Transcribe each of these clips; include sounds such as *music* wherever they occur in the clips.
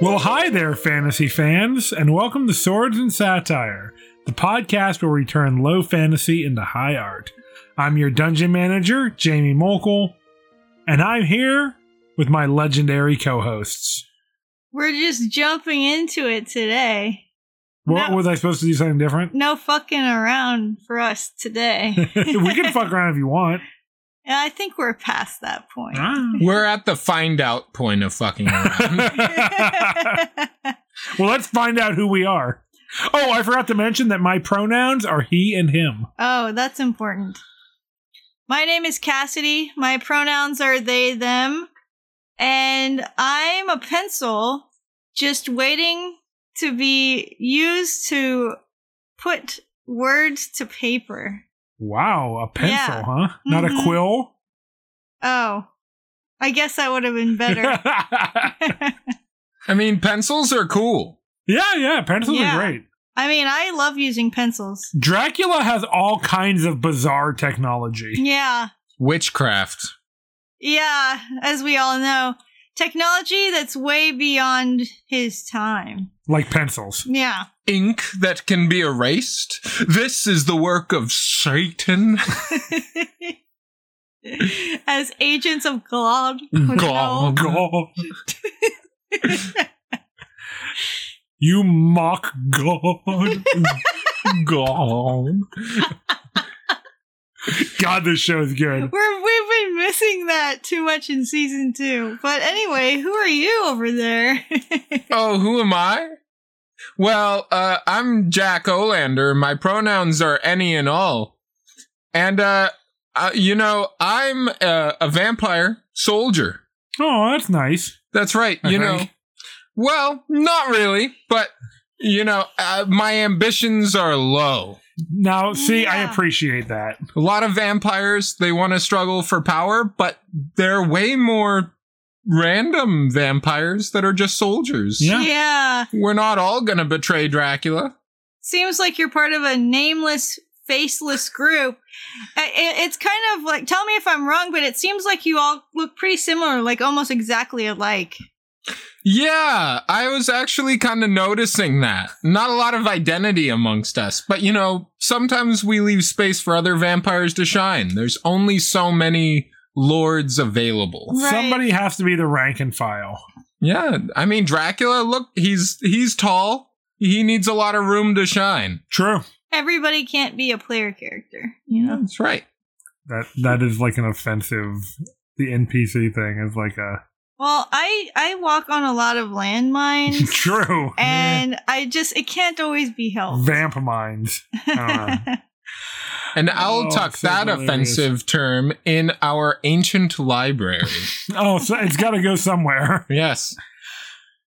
Well, hi there, fantasy fans, and welcome to Swords and Satire, the podcast where we turn low fantasy into high art. I'm your dungeon manager, Jamie Mokel, and I'm here with my legendary co hosts. We're just jumping into it today. What No. was I supposed to do something different? *laughs* No fucking around for us today. we *laughs* can fuck around if you want. And I think we're past that point. Ah. We're at the find out point of *laughs* fucking around. well, let's find out who we are. Oh, I forgot to mention that my pronouns are he and him. *laughs* oh, that's important. My name is Cassidy. My pronouns are they, them. And I'm a pencil just waiting to be used to put words to paper. Wow, a pencil, Yeah. huh? Not Mhm. a quill. Oh, I guess that would have *laughs* been better. I mean, pencils are cool. yeah, yeah, pencils Yeah. are great. I mean, I love using pencils. Dracula has all kinds of bizarre *laughs* technology. Yeah, Witchcraft. yeah, as we all know, technology that's way beyond his time. Like pencils. Yeah. *laughs* Ink that can be erased. This is the work of Satan. as agents of God. would God. know. *laughs* God. *laughs* you mock God. *laughs* Gone. God, this show is *laughs* good. We're, we've been missing that too much in season two. But anyway, who are you over there? *laughs* Oh, who am I? Well, uh, I'm Jack Olander. My pronouns are any and all. And, uh, uh you know, I'm a, a vampire soldier. Oh, that's nice. That's right. I you know, think. well, not really, but you know, uh, my ambitions are low. Now, see, I Yeah. appreciate that. A lot of vampires, they want to struggle for power, but they're way more random vampires that are just soldiers. Yeah. yeah. We're not all going to betray Dracula. seems like you're part of a nameless faceless group I- I- it's kind of like tell me if i'm wrong but it seems like you all look pretty similar like almost exactly alike Yeah, I was actually kind of noticing that. Not a lot of identity amongst us, but you know, sometimes we leave space for other vampires to shine. There's only so many lords available. Right. Somebody has to be the rank and file. Yeah, I mean Dracula, look, he's he's tall. He needs a lot of room to shine. True. everybody can't be a player character you Hmm. know That's right. That that is like an offensive. The NPC thing is like a well i i walk on a lot of landmines *laughs* true and i just it can't always be helped vamp minds. *laughs* Uh. And I'll Oh, tuck so that hilarious. offensive term in our ancient library. Oh, so it's got to go *laughs* somewhere. yes.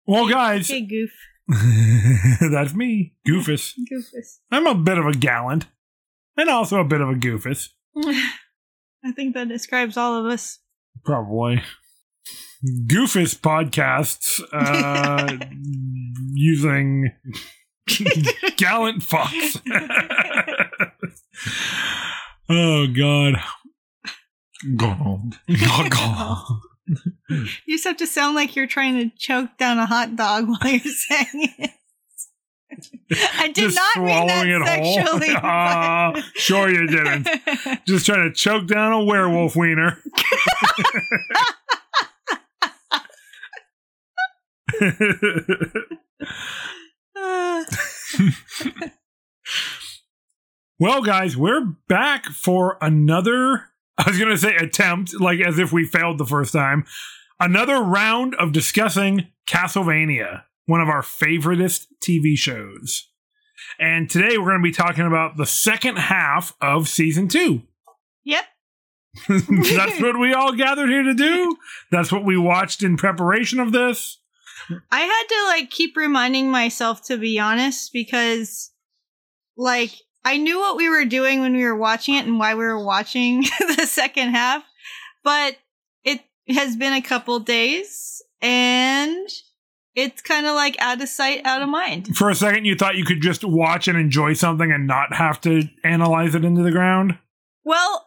Well, guys, okay goof *laughs* that's me, Goofus. goofus I'm a bit of a gallant, and also a bit of a goofus, i think that describes all of us probably. Goofus podcasts uh, using gallant fucks. *laughs* oh God. God. You just have to sound like you're trying to choke down a hot dog *laughs* while you're saying it. *laughs* I *laughs* did Just not mean that swallowing it whole. sexually. *laughs* Ah, sure you didn't. *laughs* but- Just trying to choke down a werewolf wiener. *laughs* Uh, well, guys, we're back for another. I was going to say attempt, like as if we failed the first time. Another round of discussing Castlevania, one of our favoriteest TV shows. And today we're going to be talking about the second half of season two. yep. That's what we all gathered here to do. That's what we watched in preparation of this. I had to like keep reminding myself to be honest because like I knew what we were doing when we were watching it and why we were watching *laughs* the second half, but it has been a couple days and it's kind of like out of sight, out of mind. For a second, you thought you could just watch and enjoy something and not have to analyze it into the ground. Well,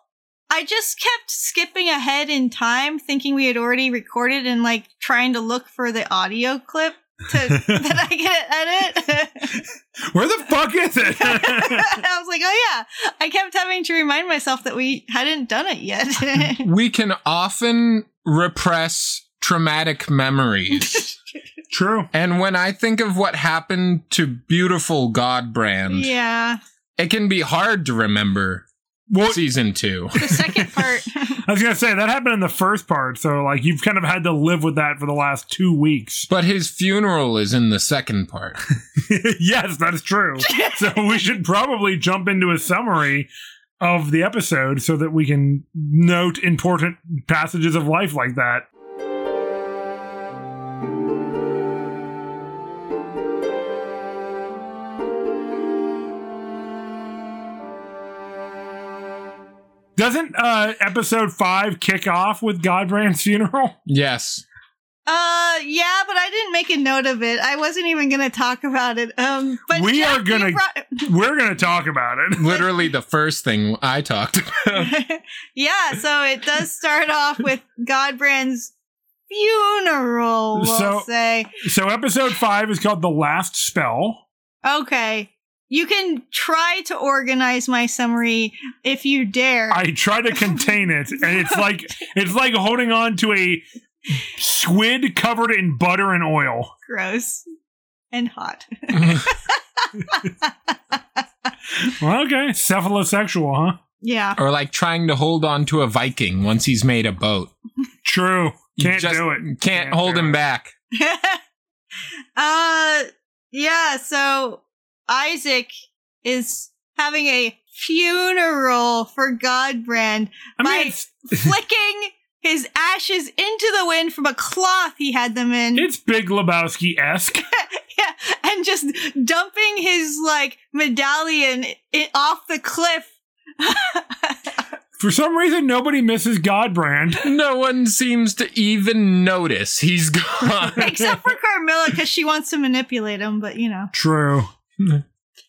I just kept skipping ahead in time thinking we had already recorded and like trying to look for the audio clip. to, *laughs* that I get to edit. *laughs* Where the fuck is it? I was like, oh yeah. I kept having to remind myself that we hadn't done *laughs* it yet. We can often repress traumatic memories. *laughs* True. and when I think of what happened to beautiful Godbrand, yeah. it can be hard to remember Well, season two. The second *laughs* part. I was gonna say that happened in the first part, so like you've kind of had to live with that for the last two weeks. But his funeral is in the second part. *laughs* yes, that's true. so we should probably jump into a summary of the episode so that we can note important passages of life like that. Doesn't uh, episode five kick off with Godbrand's funeral? *laughs* Yes. Uh, yeah, but I didn't make a note of it. I wasn't even going to talk about it. Um, but We Jack, are gonna- you *laughs* brought- We're going to talk about it. Literally the first thing I talked about. *laughs* yeah, so it does start off with Godbrand's funeral, we'll So- say. So, episode five is called The Last Spell. Okay. You can try to organize my summary if you dare. I try to contain it, and it's like it's like holding on to a squid covered in butter and oil. Gross and hot. Well, okay, cephalosexual, huh? Yeah. or like trying to hold on to a Viking once he's made a boat. True. You Can't just do it. Can't, hold do him it. back. *laughs* uh yeah, so Isaac is having a funeral for Godbrand I mean, Mike. it's, flicking his ashes into the wind from a cloth he had them in. it's Big Lebowski esque. yeah, *laughs* and just dumping his like medallion i- off the cliff. For some reason, nobody misses Godbrand. No one seems to even notice he's gone. *laughs* Except for Carmilla, because she wants to manipulate him, but you know. True.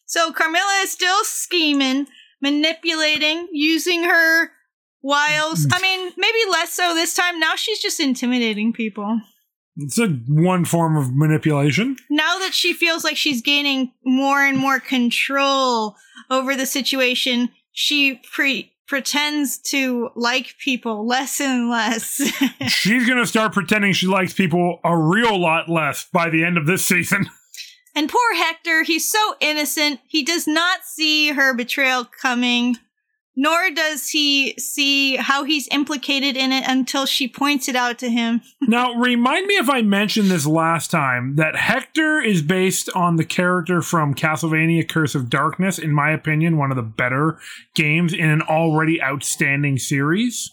So Carmilla is still scheming, manipulating, using her wiles. I mean, maybe less so this time. Now she's just intimidating people. It's a one form of manipulation. now that she feels like she's gaining more and more control over the situation, she pre- pretends to like people less and less. *laughs* She's gonna start pretending she likes people a real lot less by the end of this season. and poor Hector, he's so innocent. He does not see her betrayal coming, nor does he see how he's implicated in it until she points it out to him. Now, remind me if I mentioned this last time that Hector is based on the character from Castlevania Curse of Darkness, in my opinion, one of the better games in an already outstanding series.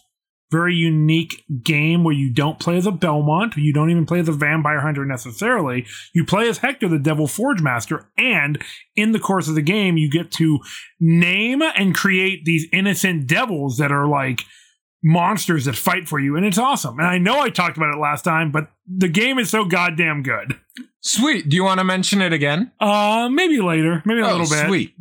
Very unique game where you don't play as a Belmont, you don't even play as a Vampire Hunter necessarily. You play as Hector, the Devil Forge Master, and in the course of the game, you get to name and create these innocent devils that are like monsters that fight for you, and it's awesome. And I know I talked about it last time, but the game is so goddamn good. Sweet. Do you want to mention it again? Uh, maybe later, maybe a oh, little bit. sweet.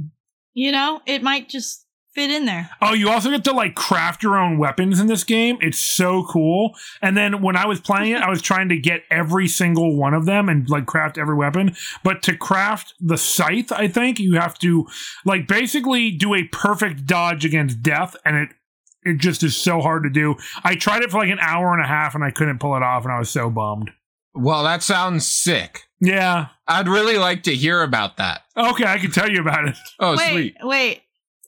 You know, it might just fit in there. Oh, you also get to like craft your own weapons in this game. It's so cool. And then when I was playing it, I was trying to get every single one of them and like craft every weapon. But to craft the scythe, I think you have to like basically do a perfect dodge against death, and it it just is so hard to do. I tried it for like an hour and a half, and I couldn't pull it off, and I was so bummed. Well, that sounds sick. Yeah, I'd really like to hear about that. Okay, I can tell you about it. Oh, wait, sweet. wait.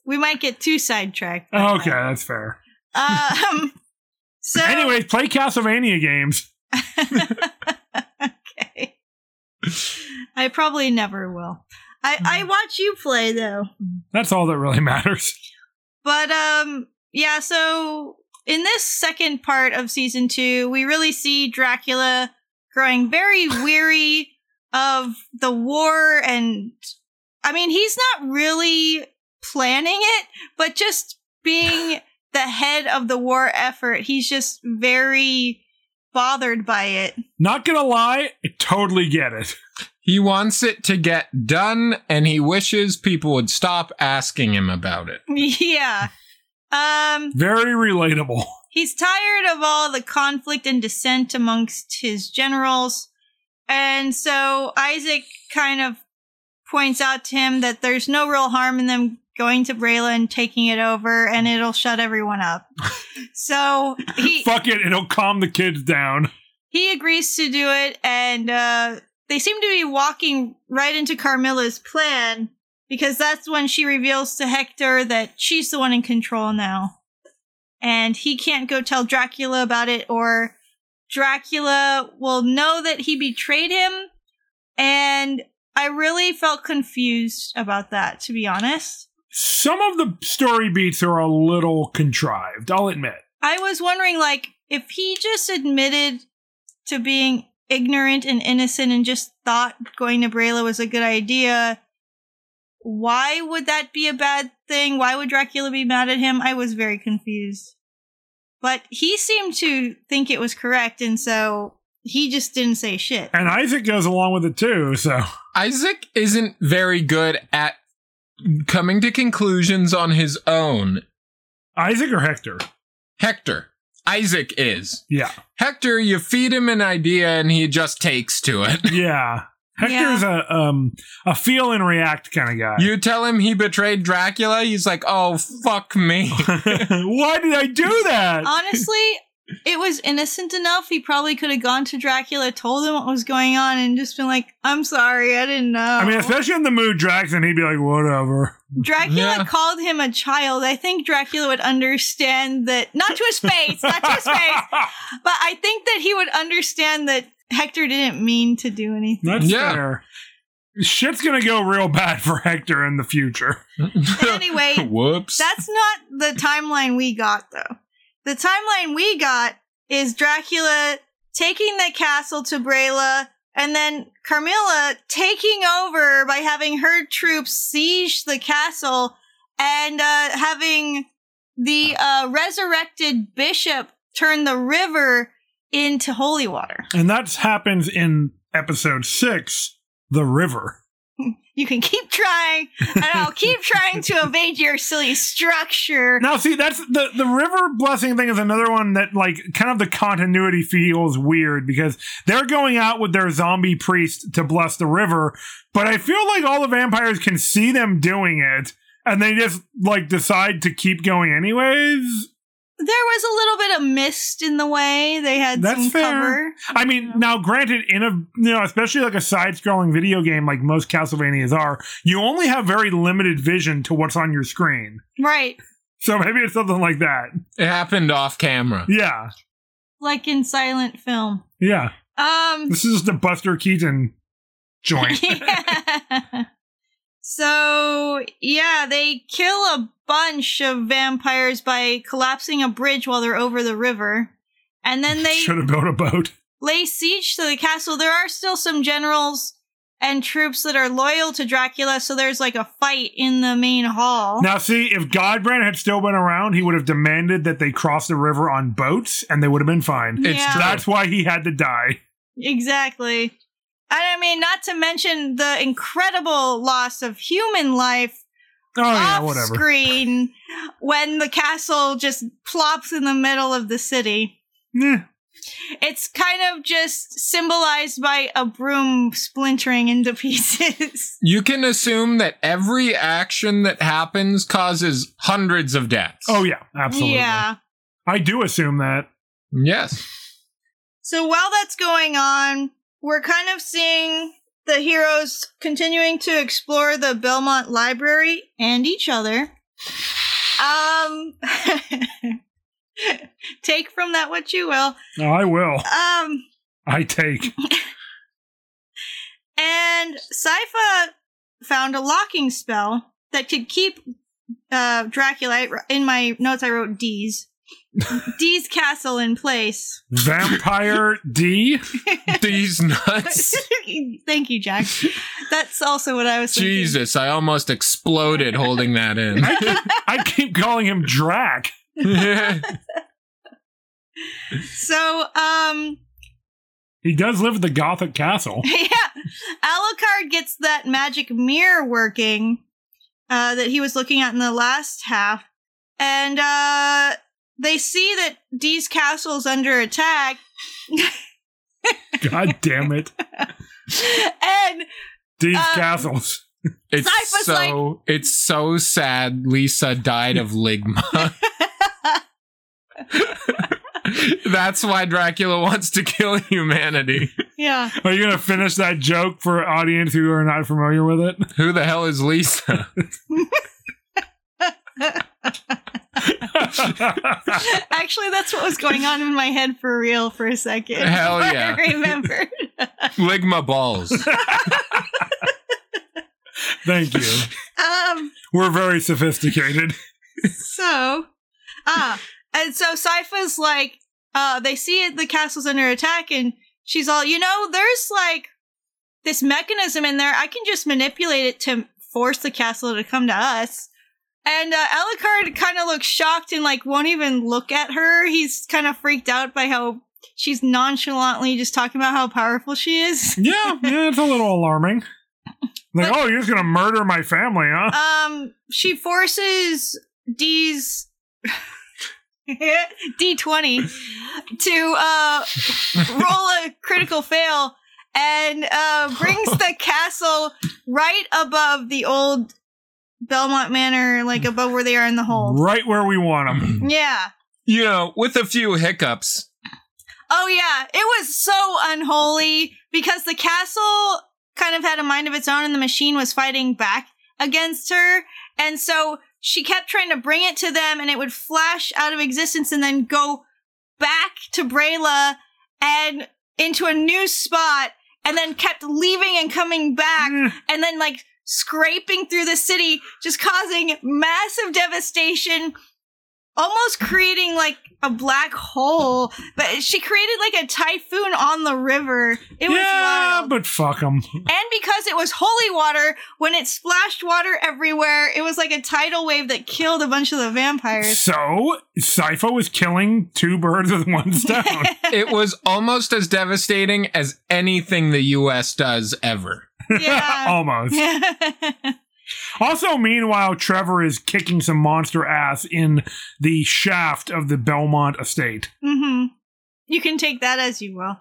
We might get too sidetracked. by Oh, Okay, that. that's fair. Um. So Anyways, play Castlevania games. *laughs* okay. I probably never will. I I watch you play though. That's all that really *laughs* matters. But um yeah, so in this second part of season 2, we really see Dracula growing very weary of the war and I mean, he's not really planning it, but just being the head of the war effort, he's just very bothered by it. *laughs* Not gonna lie, I totally get it. He wants it to get done and he wishes people would stop asking him about it. yeah. Um Very relatable. He's tired of all the conflict and dissent amongst his generals, And so Isaac kind of points out to him that there's no real harm in them going to Brayla and taking it over, and it'll shut everyone up. so he Fuck it, it'll calm the kids down. he agrees to do it, and uh, they seem to be walking right into Carmilla's plan because that's when she reveals to Hector that she's the one in control now, and he can't go tell Dracula about it, or Dracula will know that he betrayed him. And I really felt confused about that, to be honest. Some of the story beats are a little contrived, I'll admit. I was wondering, like, if he just admitted to being ignorant and innocent and just thought going to Brayla was a good idea, why would that be a bad thing? Why would Dracula be mad at him? I was very confused. But he seemed to think it was correct, and so he just didn't *laughs* say shit. And Isaac goes along with it too, so Isaac isn't very good at coming to conclusions on his own. Isaac or Hector? Hector. Isaac is. Yeah. Hector, you feed him an idea and he just takes to it. Yeah. Hector's a um a feel and react kind of guy. You tell him he betrayed Dracula, he's like, oh, *laughs* fuck me. *laughs* Why did I do that? *laughs* Honestly, it was innocent enough. He probably could have gone to Dracula, told him what was going on, and just been like, I'm sorry, I didn't know. I mean, especially in the mood Drax, and he'd be like, whatever. Dracula Yeah. called him a child. I think Dracula would understand that, not to his face, *laughs* not to his face, but I think that he would understand that Hector didn't mean to do anything. That's Yeah. fair. Shit's gonna go real bad for *laughs* Hector in the future. Anyway, Whoops. that's not the timeline we got, though. The timeline we got is Dracula taking the castle to Brayla and then Carmilla taking over by having her troops siege the castle and uh, having the uh, resurrected bishop turn the river into holy water. And that happens in episode six, The River. You can keep trying, and I'll keep trying to evade your silly structure. Now see, that's the, the river blessing thing is another one that like kind of the continuity feels weird because they're going out with their zombie priest to bless the river, but I feel like all the vampires can see them doing it and they just like decide to keep going anyways. There was a little bit of mist in the way. They had That's some fair. cover. I mean, now granted, in a you know, especially like a side-scrolling video game like most Castlevanias are, you only have very limited vision to what's on your screen. Right. So maybe it's something like that. it happened off camera. Yeah, Like in silent film. yeah. *laughs* Um This is the Buster Keaton joint. yeah. So, yeah, they kill a bunch of vampires by collapsing a bridge while they're over the river. *laughs* And then *laughs* they Should have built a boat. lay siege to the castle. There are still some generals and troops that are loyal to Dracula, so there's like a fight in the main hall. Now, see, if Godbrand had still been around, he would have demanded that they cross the river on boats, and they would have been fine. It's Yeah. true. That's why he had to die. Exactly. And I mean, not to mention the incredible loss of human life Oh yeah, off whatever. screen when the castle just plops in the middle of the city. Eh, It's kind of just symbolized by a broom splintering into *laughs* pieces. You can assume that every action that happens causes hundreds of deaths. Oh yeah, absolutely. Yeah. I do assume that. Yes. *laughs* So while that's going on, we're kind of seeing the heroes continuing to explore the Belmont Library and each other. Um, *laughs* take from that what you will. No, I will. Um, I take. and Sypha found a locking spell that could keep uh, Dracula. In my notes, I wrote D's. D's castle in place. *laughs* Vampire D. These nuts. *laughs* Thank you, Jack. That's also what I was thinking. Jesus, I almost exploded holding *laughs* that in. *laughs* I keep, I keep calling him Drac. So, um, *laughs* He does live at the Gothic Castle. yeah, Alucard gets that magic mirror working uh, that he was looking at in the last half, and uh, they see that Dee's castle is under attack. God damn it. *laughs* and These Um, castles. It's Cypher's so it's so sad. Lisa died *laughs* of ligma. *laughs* That's why Dracula wants to kill humanity. yeah, Are you going to finish that joke for audience who are not familiar with it? *laughs* Who the hell is Lisa? actually, that's what was going on in my head for real for a second. *laughs* Hell But yeah. *laughs* I remembered. ligma balls. Thank you. um, We're very sophisticated. so, ah, and so Sypha's like, uh, they see it, the castle's under attack, and she's all, you know, there's like this mechanism in there. I can just manipulate it to force the castle to come to us. And uh, Alucard kind of looks shocked and like won't even look at her. He's kind of freaked out by how she's nonchalantly just talking about how powerful she is. Yeah, yeah, it's a little alarming. Like, But- oh, you're just gonna murder my family, huh? um she forces D's *laughs* D20 to uh roll a critical fail and uh brings the castle right above the old Belmont Manor like above where they are in the hold. Right where we want them. Yeah. you know, with a few hiccups. Oh yeah, it was so unholy because the castle kind of had a mind of its own and the machine was fighting back against her. And so she kept trying to bring it to them and it would flash out of existence and then go back to Brayla and into a new spot and then kept leaving and coming back and then like scraping through the city, just causing massive devastation, almost creating like a black hole. But she created like a typhoon on the river. It was yeah, wild. but fuck them. and because it was holy water, when it splashed water everywhere, it was like a tidal wave that killed a bunch of the *laughs* vampires. So, Sypho is killing two birds with one stone. It was almost as devastating as anything the US does ever. *laughs* Yeah. *laughs* Almost. *laughs* Also, meanwhile, Trevor is kicking some monster ass in the shaft of the Belmont estate. hmm You can take that as you will. Um,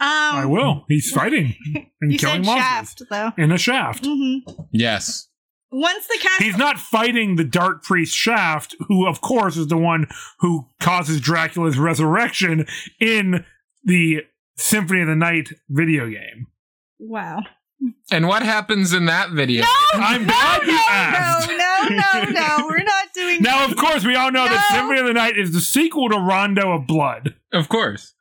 I will. *laughs* He's fighting and You killing said monsters shaft, though. in a shaft. hmm Yes. Once the castle. He's not fighting the Dark Priest Shaft, who, of course, is the one who causes Dracula's resurrection in the Symphony of the Night video game. wow. *laughs* And what happens in that video? I'm glad you asked. Oh, No, no, *laughs* no, no. We're not doing Now, of course, we all know that No. Symphony of the Night is the sequel to Rondo of Blood, Of course.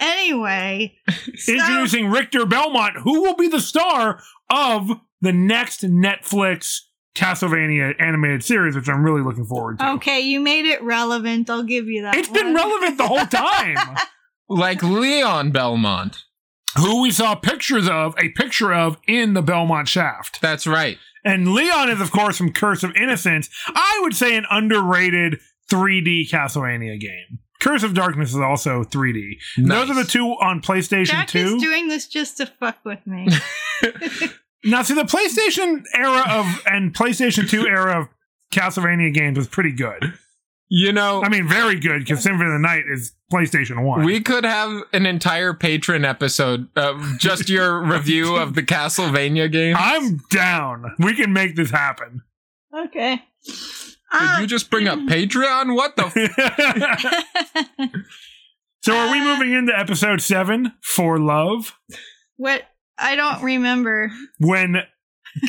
anyway. So, introducing Richter Belmont, who will be the star of the next Netflix Castlevania animated series, which I'm really looking forward to. okay, you made it relevant. I'll give you that. It's been one. relevant the whole *laughs* time. Like Leon Belmont. who we saw pictures of, a picture of in the Belmont shaft. That's right. And Leon is, of course, from Curse of Innocence. I would say an underrated 3D Castlevania game. Curse of Darkness is also 3D. Nice. Those are the two on PlayStation Jack 2. is doing this just to fuck with *laughs* me. now, see, the PlayStation era of and PlayStation 2 era of Castlevania games was pretty good. You know, I mean, very good because Symphony of the Night is PlayStation 1. we could have an entire patron episode of just your review of the Castlevania game. I'm down. We can make this happen. okay. Did you Um, just bring up Patreon? What the? F- so, are we Uh, moving into episode seven for love? what? I don't remember. when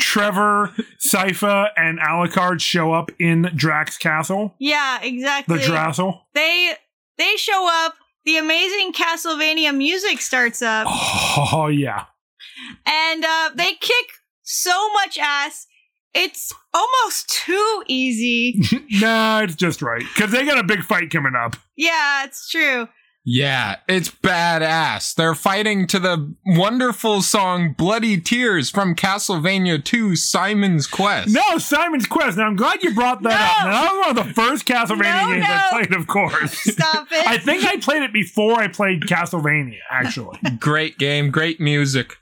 Trevor, Sypha, and Alucard show up in Drax Castle, Yeah, the exactly. Drassel. They they show up. The amazing Castlevania music starts up. Oh yeah, *laughs* and uh, they kick so much ass. It's almost too *laughs* easy. nah, it's just right because they got a big fight coming up. yeah, it's true. yeah, it's badass. They're fighting to the wonderful song "Bloody Tears" from Castlevania II: Simon's Quest. No, Simon's Quest. Now I'm glad you brought that up. Now, No! that was one of the first Castlevania No, games I no. played, of *laughs* course. Stop it. I think I played it before I played Castlevania, *laughs* actually. Great game, great music.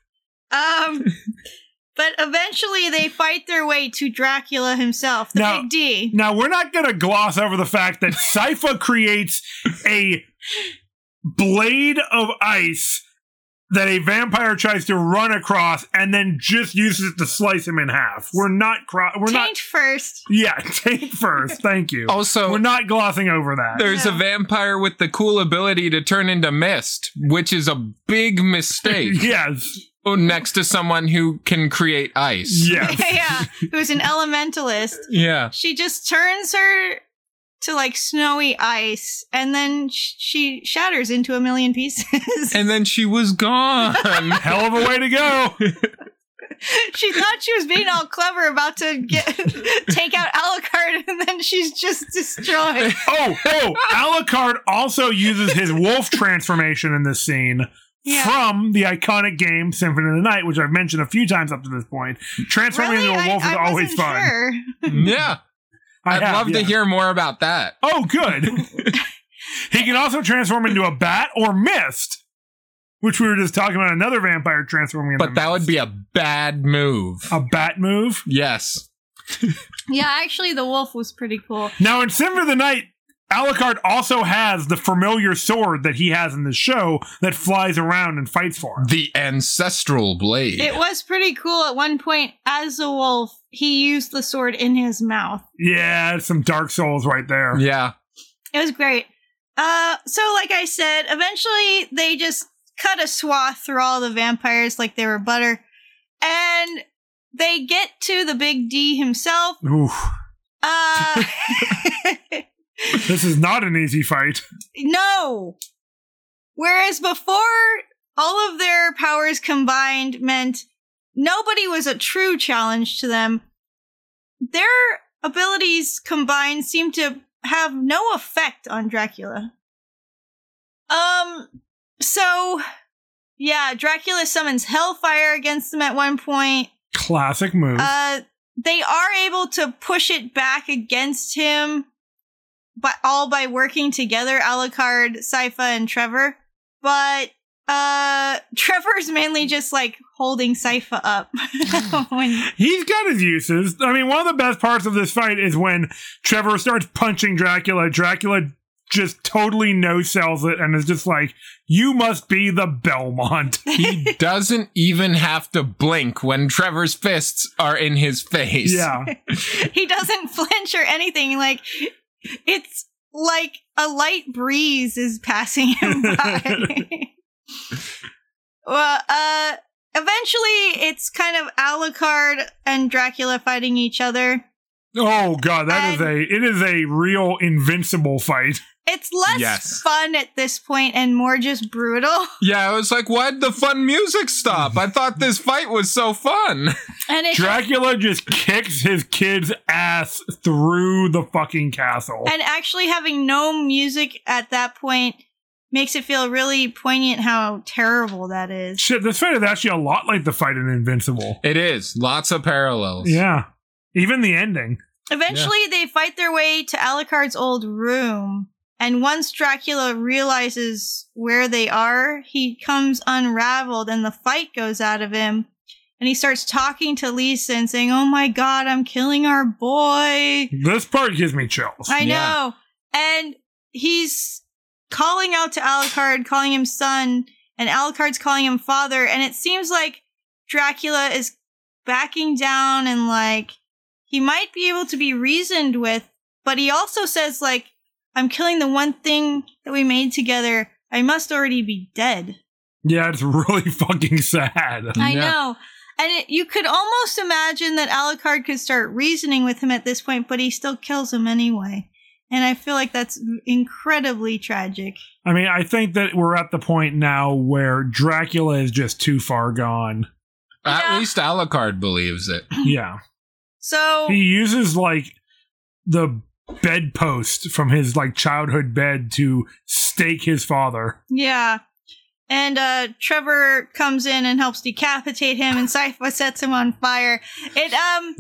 um, but eventually they fight their way to Dracula himself, the Now- big D. Now we're not gonna gloss over the fact that Sypha creates a blade of ice that a vampire tries to run across and then just uses it to slice him in half. We're not cro- we're Taint not first. yeah, *laughs* taint first. Thank *laughs* you. Also, we're not glossing over that. There's a No. vampire with the cool ability to turn into mist, which is a big *laughs* mistake. *laughs* yes. Oh, Next to someone who can create ice. Yes. *laughs* yeah. Who's an elementalist. Yeah. She just turns her to like snowy ice and then sh- she shatters into a million pieces. And then she was gone. *laughs* Hell of a way to go. *laughs* she thought she was being all clever about to get *laughs* take out Alucard and then she's just *laughs* destroyed. Oh, oh, Alucard also uses his wolf transformation in this scene Yeah. from the iconic game Symphony of the Night, which I've mentioned a few times up to this point. Transforming Really? into a wolf I, is I always wasn't fun. Sure. yeah. I I'd have, love yeah. to hear more about that. Oh, good. he can also transform into a bat or mist, which we were just talking about another vampire transforming into But that would be a bad move. a bat move. yes. Yeah, actually, the wolf was pretty cool. Now, in Symphony of the Night, Alucard also has the familiar sword that he has in the show that flies around and fights for him. The ancestral blade. It was pretty cool. At one point, as a wolf, he used the sword in his mouth. Yeah, it's some Dark Souls right there. yeah. It was great. Uh, so like I said, eventually they just cut a swath through all the vampires like they were butter, and they get to the Big D himself. Oof, Uh, *laughs* this is not an easy fight. no. Whereas before, all of their powers combined meant nobody was a true challenge to them. Their abilities combined seem to have no effect on Dracula. Um, so yeah, Dracula summons Hellfire against them at one point. Classic move. Uh, they are able to push it back against him, but all by working together, Alucard, Sypha, and Trevor. But uh, *laughs* Trevor's mainly just like holding Sypha up. *laughs* when, He's got his uses. I mean, one of the best parts of this fight is when Trevor starts punching Dracula. Dracula just totally no sells it and is just like, "You must be the *laughs* Belmont." He doesn't even have to blink when Trevor's fists are in his face. yeah, he doesn't *laughs* flinch or anything. Like it's like a light breeze is passing him by. *laughs* well, uh, eventually it's kind of Alucard and Dracula fighting each other. Oh god, that is And- a it is a real invincible *laughs* fight. It's less Yes. fun at this point and more just brutal. Yeah, I was like, why'd the fun music stop? I thought this fight was so fun. *laughs* *laughs* And it's Dracula just kicks his kid's ass through the fucking castle. and actually having no music at that point makes it feel really poignant how terrible that is. Shit, this fight is actually a lot like the fight in Invincible. It is. Lots of parallels. Yeah. Even the ending. Eventually, they fight their way to Alucard's old room. And once Dracula realizes where they are, he comes unraveled and the fight goes out of him. And he starts talking to Lisa and saying, Oh my god, I'm killing our boy. This part gives me chills. I Yeah. know. And he's calling out to Alucard, calling him son, and Alucard's calling him father. And it seems like Dracula is backing down and like he might be able to be reasoned with, but he also says, like, I'm killing the one thing that we made together. I must already be dead. Yeah, it's *laughs* really fucking sad. I Yeah. know. And it, you could almost imagine that Alucard could start reasoning with him at this point, but he still kills him anyway. And I feel like that's incredibly tragic. I mean, I think that we're at the point now where Dracula is just too far *clears throat* gone. At Yeah. least Alucard believes it. Yeah. So, He uses like the bedpost from his like childhood bed to stake his father. yeah. And uh, Trevor comes in and helps decapitate him, and Sypha sets him on fire. It um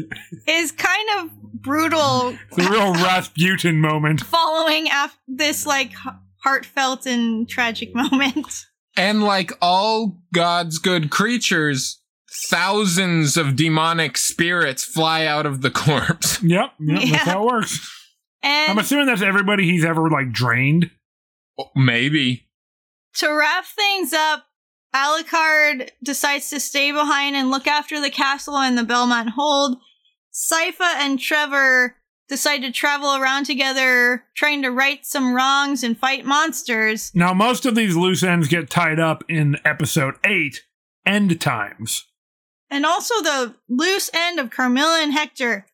is kind of brutal *laughs* It's a real Rasputin moment. following af- this like h- heartfelt and tragic *laughs* moment. And like all God's good creatures, thousands of demonic spirits fly out of the corpse. *laughs* Yep, yep Yeah. that's how it *laughs* works. And I'm assuming that's everybody he's ever like drained. Maybe. to wrap things up, Alucard decides to stay behind and look after the castle and the Belmont Hold. Sypha and Trevor decide to travel around together, trying to right some wrongs and fight monsters. Now, most of these loose ends get tied up in episode eight, End Times. And also the loose end of Carmilla and Hector.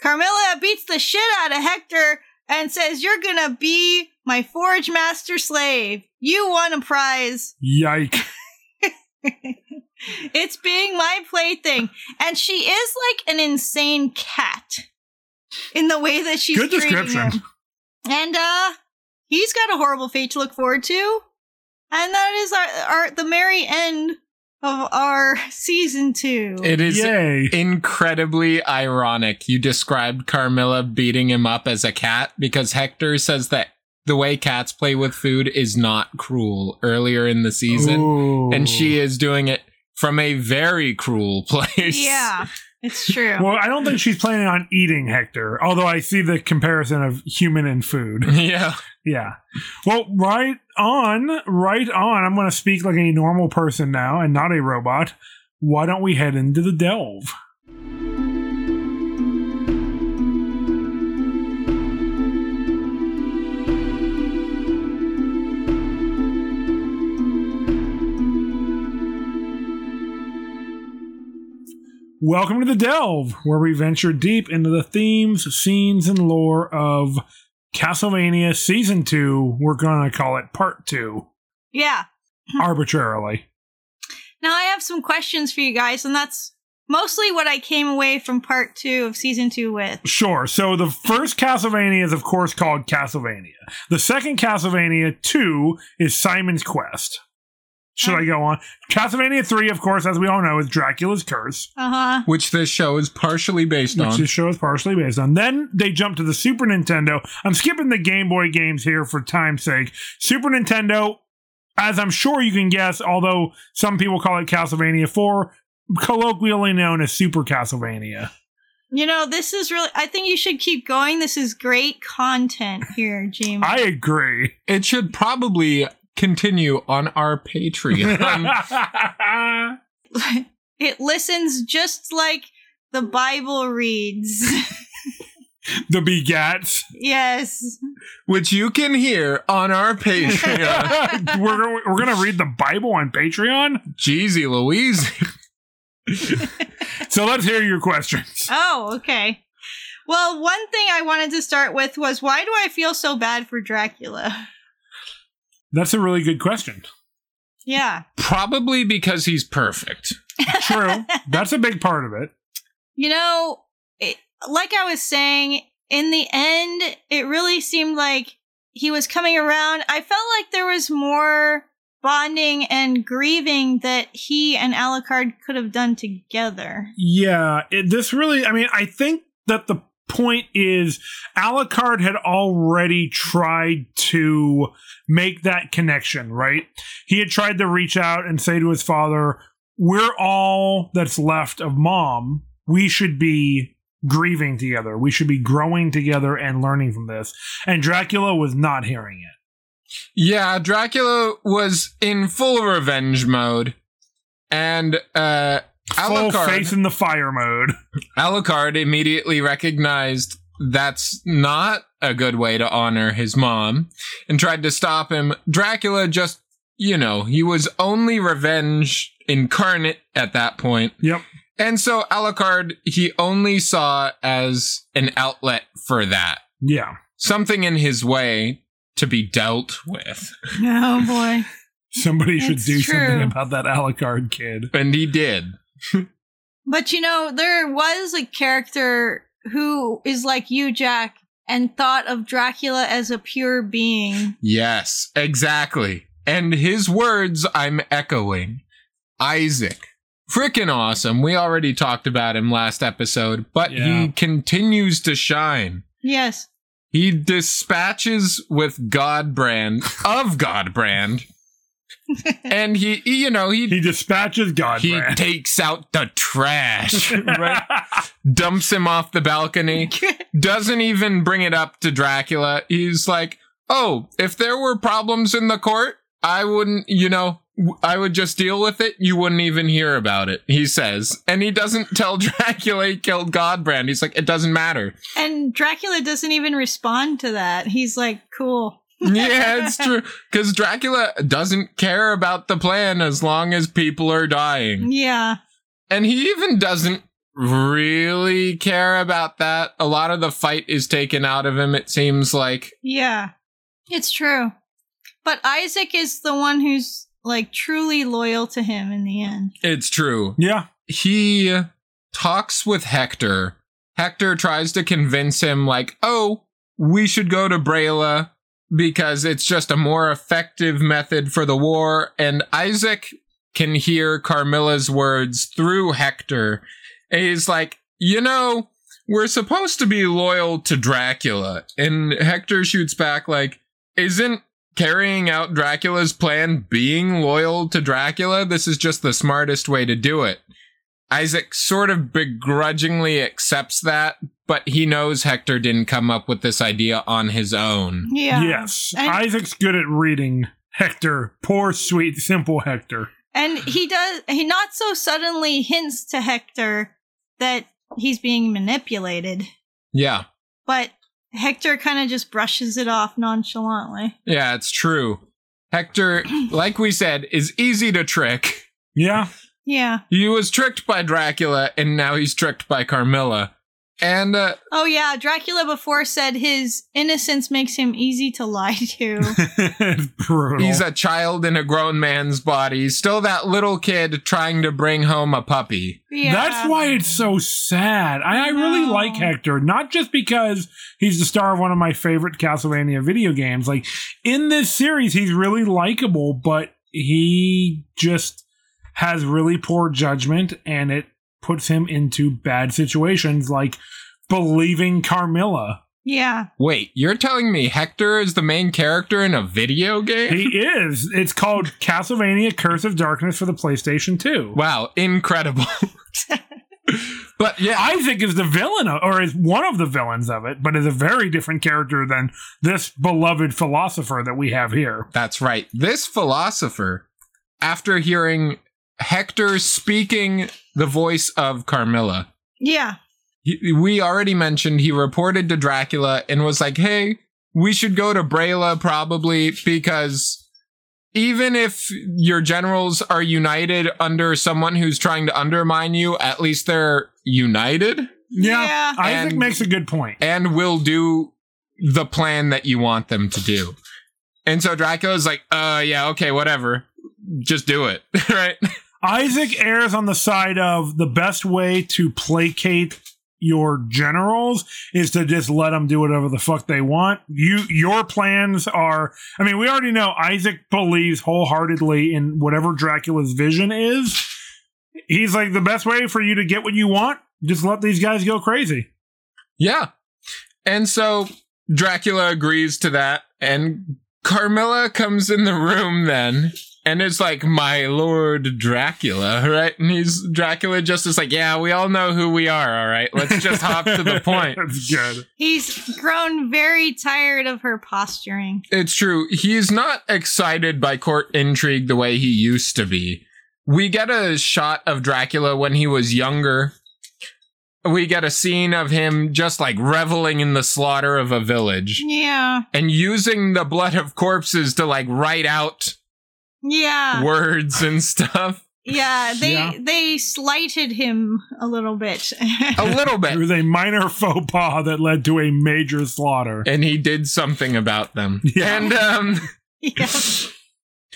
Carmilla beats the shit out of Hector and says, You're gonna be my Forge Master slave. You won a prize. Yike. *laughs* it's being my plaything. And she is like an insane cat in the way that she's Good treating description. him. And uh he's got a horrible fate to look forward to. And that is our, our the merry end of our season two. It is Yay. incredibly ironic. You described Carmilla beating him up as a cat because Hector says that the way cats play with food is not cruel earlier in the season. Ooh. And she is doing it from a very cruel *laughs* place. yeah, it's true. Well, I don't think she's planning on eating Hector, although I see the comparison of human and food. Yeah. Yeah. Well, right on, right on. I'm going to speak like a normal person now and not a robot. Why don't we head into the delve? Welcome to the Delve, where we venture deep into the themes, scenes, and lore of Castlevania Season 2. We're going to call it Part 2, yeah. arbitrarily. Now I have some questions for you guys, and that's mostly what I came away from part two of season two with. Sure. So the first Castlevania is, of course, called Castlevania. The second Castlevania 2 is Simon's Quest. Should I go on? Castlevania 3, of course, as we all know, is Dracula's Curse. Uh huh. Which this show is partially based which on. this show is partially based on. Then they jump to the Super Nintendo. I'm skipping the Game Boy games here for time's sake. Super Nintendo, as I'm sure you can guess, although some people call it Castlevania 4, colloquially known as Super Castlevania. You know, this is really. I think you should keep going. This is great content here, James. I agree. it should probably continue on our *laughs* Patreon. *laughs* it listens just like the Bible reads. *laughs* the Begats. yes. which you can hear on our *laughs* Patreon. we're go- we're going to read the Bible on Patreon. Jeezy Louise. So let's hear your questions. Oh, okay. Well, one thing I wanted to start with was why do I feel so bad for Dracula? That's a really good question. Yeah. Probably because he's perfect. True. That's a big part of it. You know, it, like I was saying, in the end, it really seemed like he was coming around. I felt like there was more bonding and grieving that he and Alucard could have done together. Yeah, it, this really, I mean, I think that the point is Alucard had already tried to make that connection, right? He had tried to reach out and say to his father, We're all that's left of mom. We should be grieving together. We should be growing together and learning from this. And Dracula was not hearing it. Yeah, Dracula was in full revenge mode. And uh Full Alucard- face in the fire mode. Alucard immediately recognized that's not a good way to honor his mom and tried to stop him. Dracula just, you know, he was only revenge incarnate at that point. Yep. And so Alucard, he only saw as an outlet for that. Yeah. Something in his way to be dealt with. *laughs* Oh boy. Somebody should It's do true. something about that Alucard kid. And he did. But you know, there was a character who is like you, Jack, and thought of Dracula as a pure being. Yes, exactly. And his words I'm echoing. Isaac. Freaking awesome. We already talked about him last episode, but Yeah. he continues to shine. *laughs* Yes. He dispatches with Godbrand of Godbrand. and he, he- you know, he He dispatches God. he takes out the *laughs* trash, *laughs* right? right? Dumps him off the balcony. doesn't even bring it up to Dracula. He's like, "Oh, if there were problems in the court, I wouldn't, you know, w- I would just deal with it. You wouldn't even hear about it, he says. And he doesn't *laughs* tell Dracula he killed Godbrand. He's like, it doesn't matter. *laughs* And Dracula doesn't even respond to that. He's like, cool. yeah, it's true. Because Dracula doesn't care about the plan as long as people are dying. Yeah. And he even doesn't really care about that. A lot of the fight is taken out of him, it seems like. Yeah. It's true. But Isaac is the one who's like truly loyal to him in the end. It's true. Yeah. he talks with Hector. Hector tries to convince him, like, oh, we should go to Brela because it's just a more effective method for the war. And Isaac can hear Carmilla's words through Hector. And he's like, you know, we're supposed to be loyal to Dracula. And Hector shoots back, like, isn't carrying out Dracula's plan being loyal to Dracula? This is just the smartest way to do it. Isaac sort of begrudgingly accepts that, but he knows Hector didn't come up with this idea on his own. Yeah. Yes. And- Isaac's good at reading Hector. Poor, sweet, simple Hector. And he does he not so suddenly hints to Hector that he's being manipulated, Yeah. but Hector kind of just brushes it off nonchalantly. Yeah, it's true. Hector, like we said, is easy to trick. *laughs* Yeah. Yeah. He was tricked by Dracula, and now he's tricked by Carmilla. And uh, Oh yeah, Dracula before said his innocence makes him easy to lie *laughs* to. it's brutal. he's a child in a grown man's body, still that little kid trying to bring home a puppy. Yeah. That's why it's so sad. I, I really No. like Hector, not just because he's the star of one of my favorite Castlevania video games. Like in this series, he's really likable, but he just has really poor judgment and it puts him into bad situations like believing Carmilla. Yeah. Wait, you're telling me Hector is the main character in a video game? He is. It's called Castlevania Curse of Darkness for the PlayStation 2. Wow, incredible. *laughs* but yeah, Isaac is the villain, of, or is one of the villains of it, but is a very different character than this beloved philosopher that we have here. that's right. This philosopher, after hearing Hector speaking the voice of Carmilla, Yeah. he- we already mentioned he reported to Dracula and was like, hey, we should go to Brela probably because even if your generals are united under someone who's trying to undermine you, at least they're united. Yeah, Yeah. Isaac And- makes a good point. and will do the plan that you want them to do. And so Dracula's like, uh, yeah, okay, whatever. Just do it. *laughs* right? Isaac errs on the side of the best way to placate your generals is to just let them do whatever the fuck they want. You your plans are I mean, we already know Isaac believes wholeheartedly in whatever Dracula's vision is. He's like the best way for you to get what you want, just let these guys go crazy. Yeah. And so Dracula agrees to that. And Carmilla comes in the room then and is like, my lord Dracula, *laughs* right? And he's Dracula just is like, yeah, we all know who we are. All right. Let's just hop *laughs* to the point. That's good. He's grown very tired of her posturing. It's true. He's not excited by court intrigue the way he used to be. We get a shot of Dracula when he was younger. We get a scene of him just like reveling in the slaughter of a village Yeah. and using the blood of corpses to like write out Yeah. words and stuff. Yeah. They Yeah. they slighted him a little bit. *laughs* *laughs* A little It bit. was a minor faux pas that led to a major slaughter. And he did something about them. Yeah. And, um,. yeah.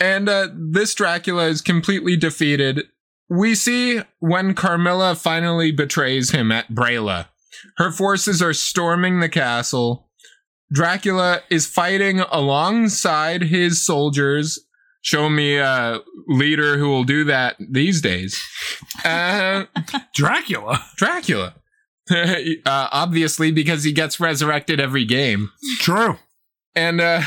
And uh, this Dracula is completely defeated. We see when Carmilla finally betrays him at Brela. Her forces are storming the castle. Dracula is fighting alongside his soldiers. Show me a leader who will do that these days. Uh, Dracula. Dracula. *laughs* uh, obviously, because he gets resurrected every game. True. And, uh,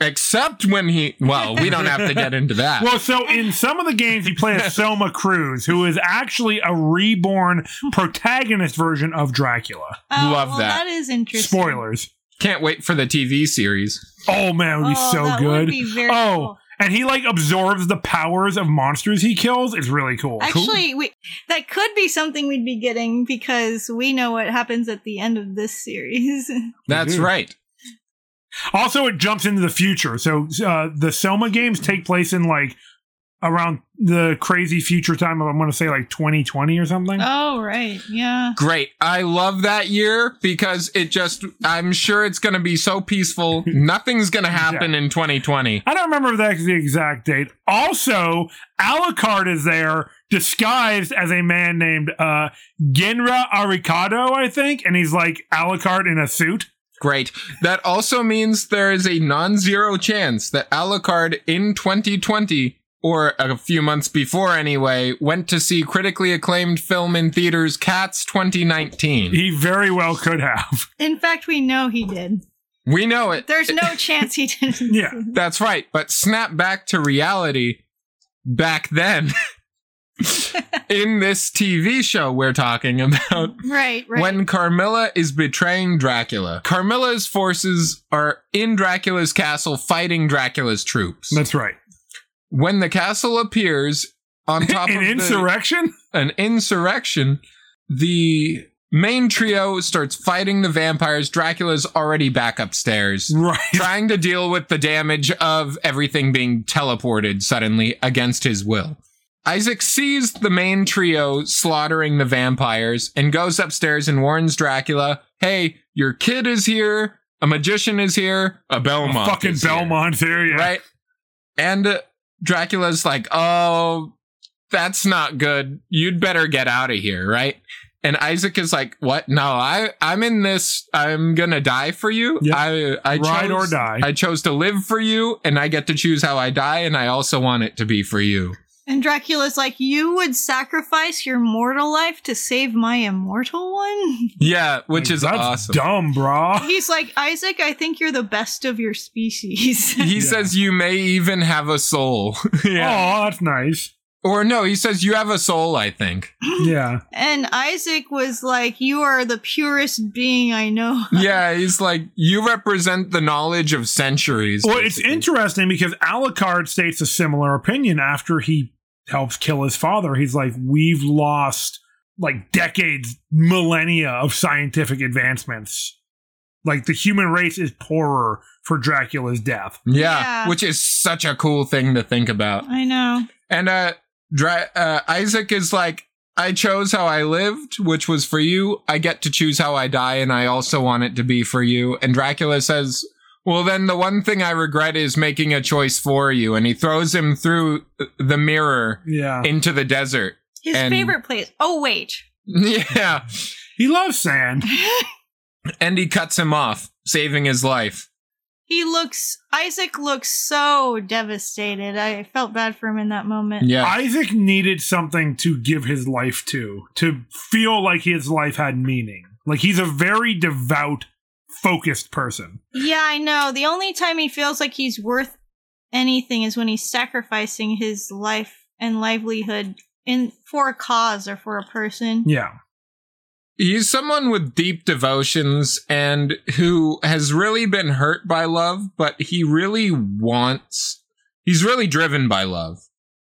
except when he. Well, we don't have to get into that. Well, so in some of the games, he plays Selma Cruz, who is actually a reborn protagonist version of Dracula. Oh, Love well, that. That is interesting. Spoilers. Can't wait for the TV series. Oh man, it would be Oh, so that would good. be very Oh, cool. and he like absorbs the powers of monsters he kills. It's really cool. Actually, we that could be something we'd be getting because we know what happens at the end of this series. *laughs* That's do. right. Also, it jumps into the future. So uh, the Selma games take place in like around the crazy future time of I'm going to say like 2020 or something. oh right, yeah. Great. I love that year because it just, I'm sure it's going to be so peaceful. Nothing's going to happen in 2020. I don't remember if that's the exact date. Also, Alucard is there disguised as a man named uh, Genra Aricado, I think, and he's like Alucard in a suit. Great. That also means there is a non zero chance that Alucard in 2020, or a few months before anyway, went to see critically acclaimed film in theaters Cats 2019. He very well could have. In fact, we know he did. We know it. *laughs* There's no chance he didn't. Yeah. That's right. But snap back to reality back then in this TV show we're talking about. Right, right. When Carmilla is betraying Dracula, Carmilla's forces are in Dracula's castle fighting Dracula's *laughs* troops. That's right. when the castle appears *laughs* on top of An the- insurrection? an insurrection, the main trio starts fighting the vampires. Dracula's already *laughs* back upstairs, Right. trying to deal with the damage of everything being teleported suddenly against his will. Isaac sees the main trio slaughtering the vampires and goes upstairs and warns Dracula, "Hey, your kid is here. A magician is here. A Belmont. Fucking is here." Belmont here, yeah. *laughs* right? And uh, Dracula's like, "Oh, that's not good. You'd better get out of here, right?" And Isaac is like, "What? No, I I'm in this. I'm gonna die for you. Yeah. I I Ride or chose, die. I chose to live for you, and I get to choose how I die, and I also want it to be for you." and Dracula's like, "You would sacrifice your mortal life to save my immortal one." Yeah, which Like, is that's awesome. dumb, bro. *laughs* He's like, "Isaac, I think you're the best of your species." *laughs* He Yeah. says you may even have a soul. *laughs* yeah. Oh, that's nice. Or no, he says you have a soul, I think. *laughs* Yeah. and Isaac was like, "You are the purest being I know." Yeah, he's like, you represent the knowledge of centuries. Well, it's basically. interesting because Alucard states a similar opinion after he helps kill his father. He's like, we've lost like decades, millennia of scientific advancements. Like the human race is poorer for Dracula's death. Yeah, Yeah. which is such a cool thing to think about. I know. And uh, Dra- uh Isaac is like, I chose how I lived, which was for you. I get to choose how I die, and I also want it to be for you. And Dracula says, Well, then the one thing I regret is making a choice for you. And he throws him through the mirror Yeah. into the desert. *laughs* His And- favorite place. Oh wait. *laughs* Yeah. He loves sand. And he cuts him off, saving his life. he looks Isaac looks so devastated. I felt bad for him in that moment. Yeah. Isaac needed something to give his life to, to feel like his life had meaning. Like he's a very devout, focused person. Yeah, I know. The only time he feels like he's worth anything is when he's sacrificing his life and livelihood in for a cause or for a person. Yeah. He's someone with deep devotions and who has really been hurt by love, but he really wants. He's really driven by love,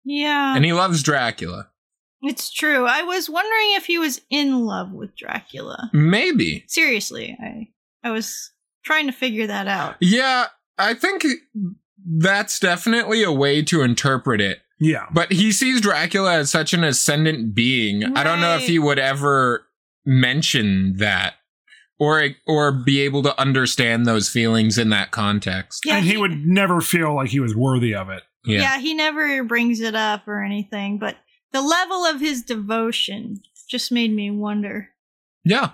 Yeah. and he loves Dracula. it's true. I was wondering if he was in love with Dracula. Maybe. Seriously, I I was trying to figure that out. Yeah, I think that's definitely a way to interpret it. Yeah. But he sees Dracula as such an ascendant being. I don't know if Right. he would ever mention that or or be able to understand those feelings in that context. Yeah, and he, he- would never feel like he was worthy of it. Yeah. he never brings it up or anything, but the level of his devotion just made me wonder. Yeah.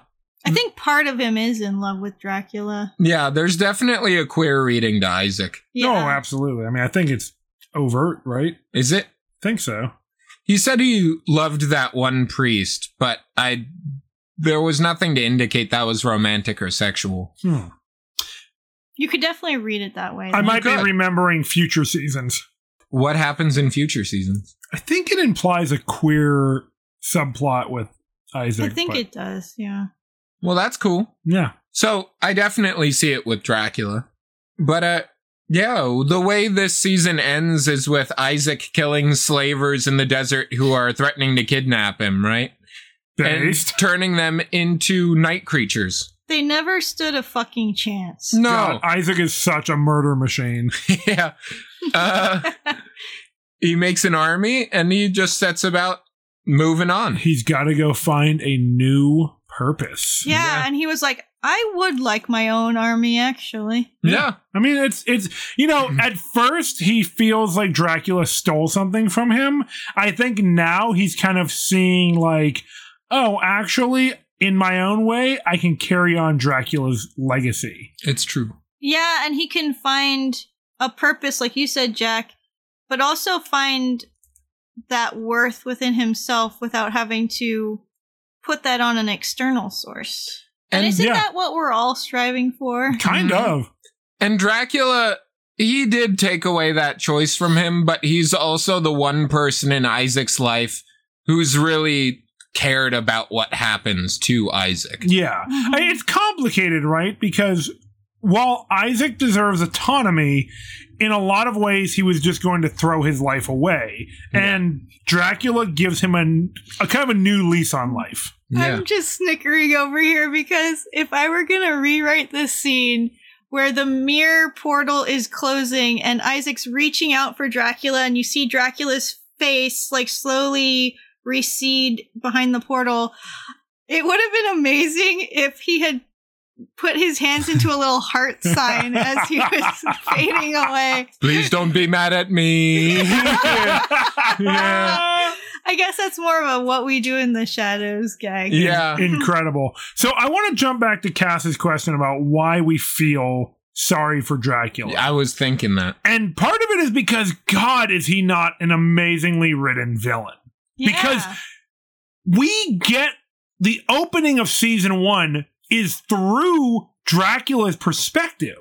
I Mm. think part of him is in love with Dracula. Yeah, there's definitely a queer reading to Isaac. Yeah. No, absolutely. I mean, I think it's overt, right? Is it? think so. He said he loved that one priest, but I there was nothing to indicate that was romantic or sexual. Hmm. you could definitely read it that way. I might be could. remembering future seasons. What happens in future seasons? I think it implies a queer subplot with I Isaac. think but- it does, yeah. Well, that's cool. Yeah. So I definitely see it with Dracula. But uh Yeah, the way this season ends is with Isaac killing slavers in the desert who are threatening to kidnap him, right? Based. And turning them into night creatures. *laughs* They never stood a fucking chance. *laughs* No. God, Isaac is such a murder machine. yeah. Uh, *laughs* he makes an army and he just sets about moving on. He's got to go find a new purpose. Yeah, Yeah. and he was like, I would like my own army, actually. Yeah. I mean, it's it's you know, at first he feels like Dracula stole something from him. I think now he's kind of seeing like, oh, actually, in my own way, I can carry on Dracula's legacy. It's true. Yeah, and he can find a purpose, like you said, Jack, but also find that worth within himself without having to put that on an external source. And, And- isn't yeah. that what we're all striving for? Kind Mhm. of. And Dracula, he did take away that choice from him, but he's also the one person in Isaac's life who's really cared about what happens to Isaac. Yeah. I- It's complicated, right? Because while Isaac deserves autonomy, in a lot of ways he was just going to throw his life away. Yeah. And Dracula gives him a, a kind of a new lease on life. I'm just snickering over here because if I were going to rewrite this scene where the mirror portal is closing and Isaac's reaching out for Dracula and you see Dracula's face like slowly recede behind the portal, it would have been amazing if he had put his hands into a little heart sign as he was fading away. Please don't be mad at me. *laughs* Yeah. I guess that's more of a what we do in the shadows gag. yeah. Incredible. So I want to jump back to Cass's question about why we feel sorry for Dracula. *laughs* I was thinking that. And part of it is because, God, is he not an amazingly written villain? Because- Yeah. We get the opening of season one is through Dracula's perspective.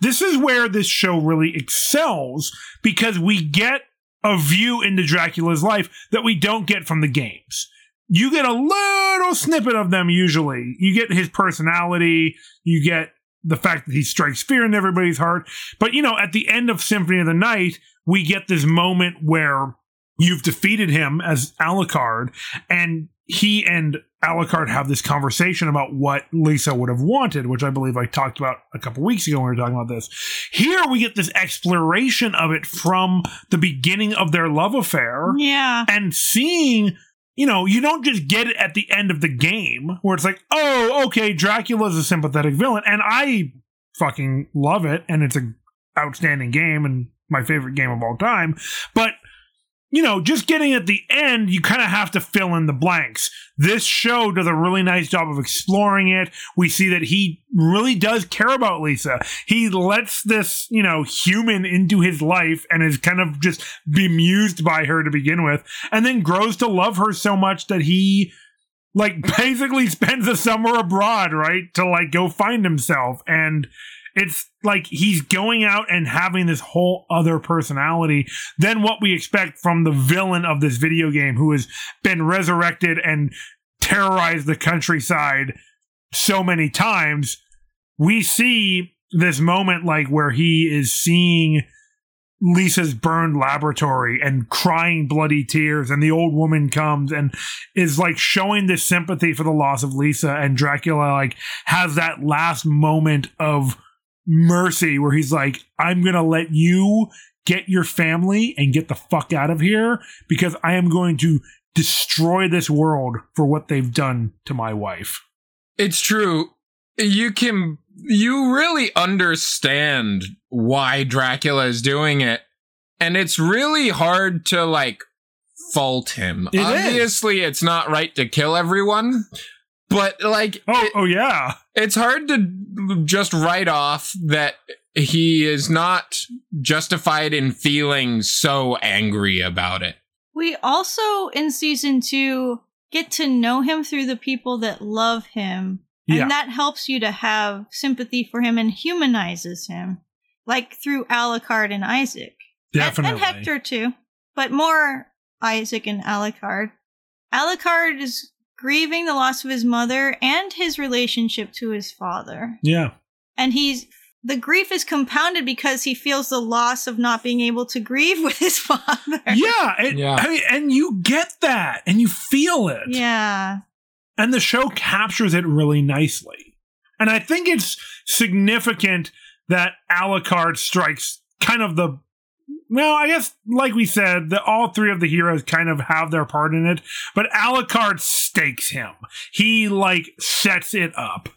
This is where this show really excels because we get a view into Dracula's life that we don't get from the games. You get a little snippet of them usually. You get his personality, you get the fact that he strikes fear in everybody's heart. But you know, at the end of Symphony of the Night, we get this moment where you've defeated him as Alucard, and he and Alucard have this conversation about what Lisa would have wanted, which I believe I talked about a couple weeks ago when we were talking about this. Here we get this exploration of it from the beginning of their love affair Yeah. and seeing you know you don't just get it at the end of the game where it's like oh okay dracula's a sympathetic villain and i fucking love it and it's a outstanding game and my favorite game of all time but you know just getting at the end you kind of have to fill in the blanks this show does a really nice job of exploring it we see that he really does care about lisa he lets this you know human into his life and is kind of just bemused by her to begin with and then grows to love her so much that he like *laughs* basically spends a summer abroad right to like go find himself and it's like he's going out and having this whole other personality than what we expect from the villain of this video game who has been resurrected and terrorized the countryside so many times we see this moment like where he is seeing Lisa's burned laboratory and crying bloody tears, and the old woman comes and is like showing this sympathy for the loss of Lisa, and Dracula like has that last moment of mercy where he's like, I'm gonna let you get your family and get the fuck out of here because I am going to destroy this world for what they've done to my wife. It's true. You can you really understand why Dracula is doing it. And it's really hard to like fault him. It is. Obviously it's not right to kill everyone, but like Oh, oh yeah. it's hard to just write off that he is not justified in feeling so angry about it. We also in season two get to know him through the people that love him. Yeah. And that helps you to have sympathy for him and humanizes him. Like through Alucard and Isaac. And- Definitely. And, Hector too. But more Isaac and Alucard. Alucard is grieving the loss of his mother and his relationship to his father. Yeah. And he's the grief is compounded because he feels the loss of not being able to grieve *laughs* with his father. Yeah, it, Yeah. I mean, and you get that, and you feel it. Yeah. and the show captures it really nicely. And I think it's significant that Alucard strikes kind of the well, I guess like we said, that all three of the heroes kind of have their part in it, but Alucard stakes him. He like sets it up.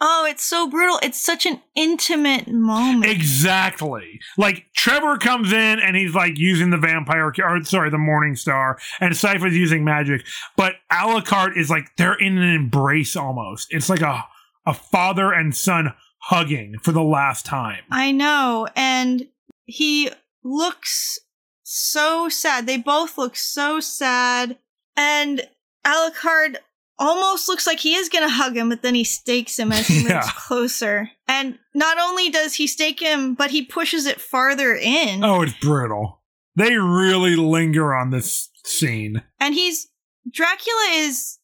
Oh, it's so brutal. It's such an intimate moment. Exactly. Like Trevor comes in and he's like using the vampire, or sorry, the Morning Star, and Cypher's using magic. But Alucard is like they're in an embrace almost. It's like a a father and son hugging for the last time. I know. And he looks so sad. They both look so sad. And Alucard almost looks like he is going to hug him, but then he stakes him as *laughs* he Yeah. moves closer. And not only does he stake him, but he pushes it farther in. Oh, it's brutal. They really linger on this scene. And he's. Dracula is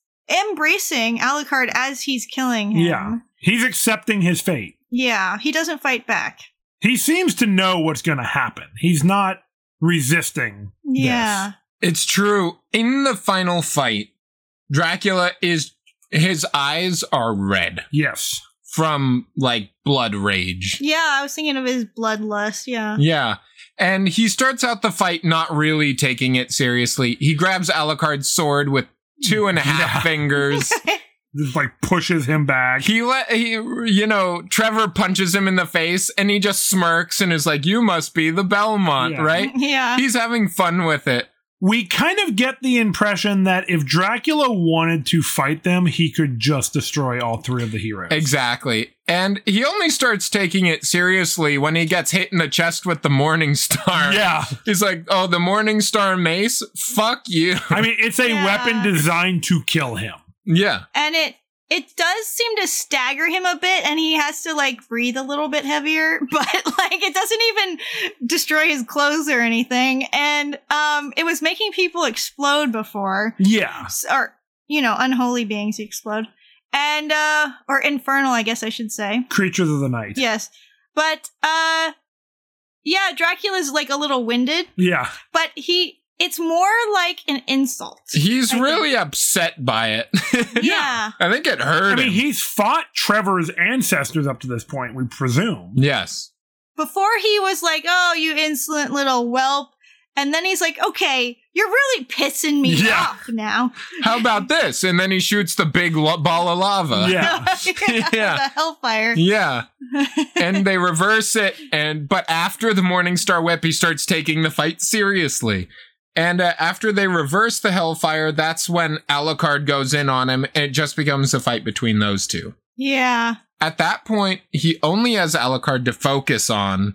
embracing Alucard as he's killing him. Yeah. He's accepting his fate. Yeah. He doesn't fight back. He seems to know what's going to happen. He's not resisting. this. Yeah. It's true. In the final fight, Dracula is his eyes are red Yes. from like blood rage. Yeah, I was thinking of his bloodlust. Yeah. Yeah. And he starts out the fight not really taking it seriously. He grabs Alucard's sword with two and a half Yeah. *laughs* fingers. Just like pushes him back. He let he you know, Trevor punches him in the face and he just smirks and is like, You must be the Belmont, Yeah. right? *laughs* yeah. He's having fun with it. we kind of get the impression that if Dracula wanted to fight them, he could just destroy all three of the heroes. Exactly. And he only starts taking it seriously when he gets hit in the chest with the Morning Star. Yeah. He's like, oh, the Morning Star mace? Fuck you. *laughs* I mean, it's a Yeah. weapon designed to kill him. yeah. and it it does seem to stagger him a bit and he has to like breathe a little bit heavier, *laughs* but like it doesn't even destroy his clothes or anything. And um it was making people explode before. Yeah. S- Or, you know, unholy beings explode. And uh or infernal, I guess I should say. Creatures of the night. Yes. But uh yeah, Dracula's like a little winded. Yeah. but he it's more like an insult He's I think- really upset by it. *laughs* *laughs* yeah I think it hurt I mean, him. he's fought Trevor's ancestors up to this point, we presume. yes. before he was like oh you insolent little whelp and then he's like okay you're really pissing me Yeah. off now *laughs* How about this? And then he shoots the big lo- ball of lava. *laughs* Yeah. the hellfire Yeah. And they reverse it and but after the Morning Star Whip he starts taking the fight seriously. And uh, after they reverse the Hellfire, that's when Alucard goes in on him and it just becomes a fight between those two. *laughs* yeah At that point, he only has Alucard to focus on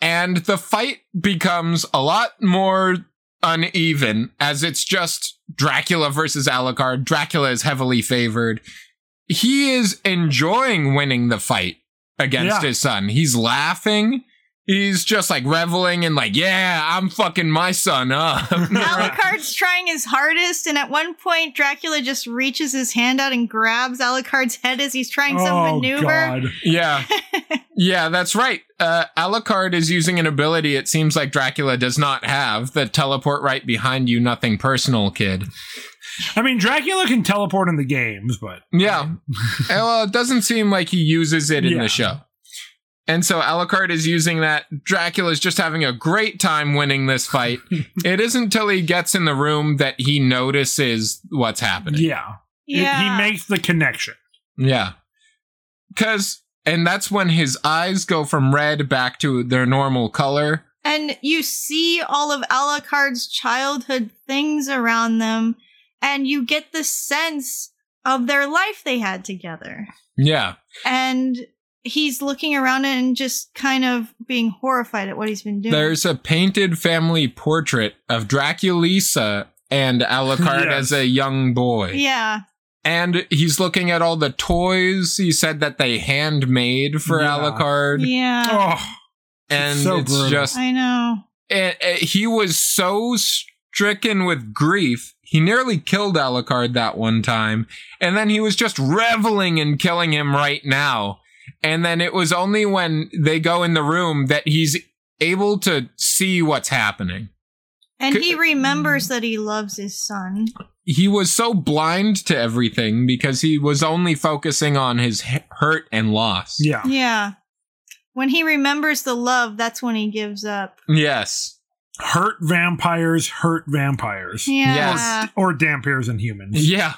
and the fight becomes a lot more uneven as it's just Dracula versus Alucard. Dracula is heavily favored. He is enjoying winning the fight against Yeah. his son. He's laughing. He's just like reveling and like, yeah, I'm fucking my son up. *laughs* Alucard's trying his hardest, and at one point, Dracula just reaches his hand out and grabs Alucard's head as he's *laughs* trying some maneuver. Oh, God. yeah. Yeah, that's right. Uh, Alucard is using an ability it seems like Dracula does not have the teleport right behind you, nothing personal, kid. I mean, Dracula can teleport in the games, but Yeah. well, it doesn't seem like he uses it in Yeah. the show. And so Alucard is using that. Dracula's just having a great time winning this *laughs* fight. it isn't till he gets in the room that he notices what's happening. yeah. He- Yeah. He makes the connection. Yeah. Because, and that's when his eyes go from red back to their normal color. and you see all of Alucard's childhood things around them, and you get the sense of their life they had together. Yeah. And he's looking around and just kind of being horrified at what he's been doing. There's a painted family portrait of Draculisa and *laughs* Alucard Yes. as a young boy. yeah, And he's looking at all the toys. He said that they handmade for Yeah. Alucard. yeah, Oh, And so it's brutal. just, I know. it, it- he was so stricken with grief. He nearly killed Alucard that one time. And then he was just reveling in killing him right now. And then it was only when they go in the room that he's able to see what's happening. And he Mm. remembers that he loves his son. He was so blind to everything because he was only focusing on his h- hurt and loss. Yeah. Yeah. When he remembers the love, that's when he gives up. Yes. Hurt vampires hurt vampires. Yeah. Yes. *laughs* Or Dampiers and humans. Yeah.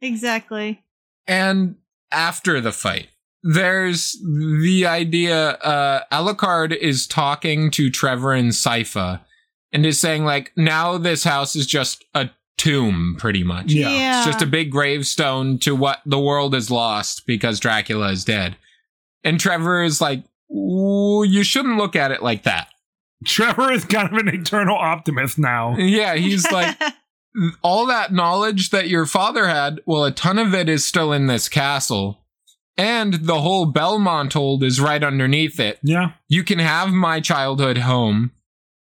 Exactly. and after the fight there's the idea uh alucard is talking to trevor and sypha and is saying like now this house is just a tomb pretty much Yeah. it's just a big gravestone to what the world has lost because dracula is dead and trevor is like "Ooh, you shouldn't look at it like that *laughs* Trevor is kind of an eternal optimist now. yeah *laughs* he's like all that knowledge that your father had, well, a ton of it is still in this castle. And the whole Belmont hold is right underneath it. Yeah. You can have my childhood home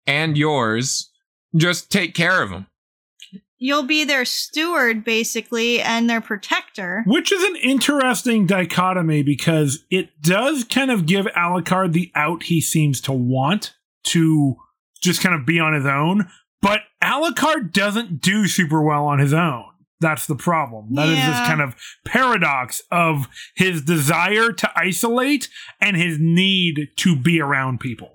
and yours. Just take care of them. *laughs* You'll be their steward, basically, and their protector. Which is an interesting dichotomy because it does kind of give Alucard the out he seems to want to just kind of be on his own. But Alucard doesn't do super well on his own. That's the problem. That is Yeah. this kind of paradox of his desire to isolate and his need to be around people.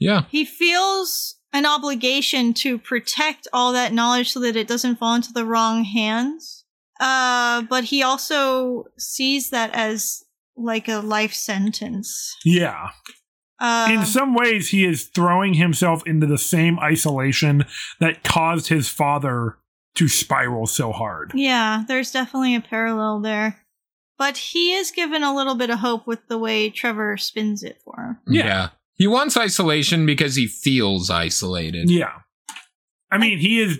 Yeah. He feels an obligation to protect all that knowledge so that it doesn't fall into the wrong hands. Uh, but he also sees that as like a life sentence. Yeah. Uh, in some ways he is throwing himself into the same isolation that caused his father to spiral so hard Yeah, there's definitely a parallel there. But he is given a little bit of hope with the way Trevor spins it for him. Yeah. He wants isolation because he feels isolated. yeah i mean he is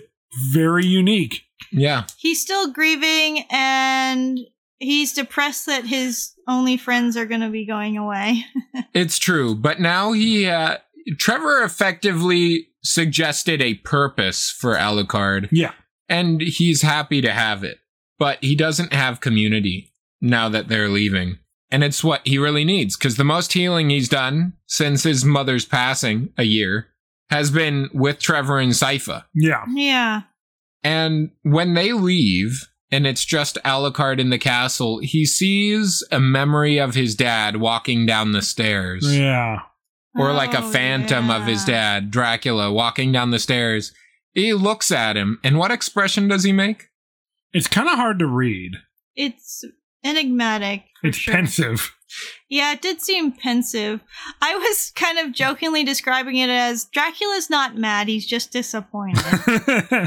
very unique Yeah. He's still grieving and he's depressed that his only friends are going to be going away. *laughs* It's true. But now he, uh, Trevor effectively suggested a purpose for Alucard. Yeah. And he's happy to have it. But he doesn't have community now that they're leaving. And it's what he really needs because the most healing he's done since his mother's passing a year has been with Trevor and Sypha. yeah yeah. And when they leave, and it's just Alucard in the castle, he sees a memory of his dad walking down the stairs yeah or like a Oh, phantom of his yeah. dad, Dracula, walking down the stairs. He looks at him, and what expression does he make? it's kind of hard to read It's enigmatic. for it's sure. pensive Yeah, it did seem pensive. I was kind of jokingly describing it as Dracula's not mad, he's just *laughs* disappointed.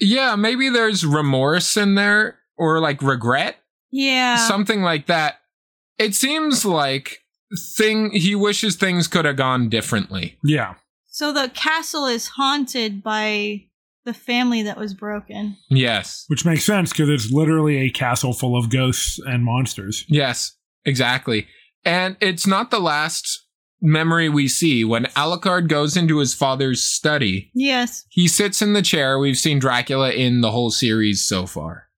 Yeah, maybe there's remorse in there, or like regret, yeah. something like that. It seems like thing he wishes things could have gone differently. yeah So the castle is haunted by the family that was broken. Yes, which makes sense because it's literally a castle full of ghosts and monsters yes, exactly. And it's not the last memory we see when Alucard goes into his father's study. Yes. He sits in the chair we've seen Dracula in the whole series so far,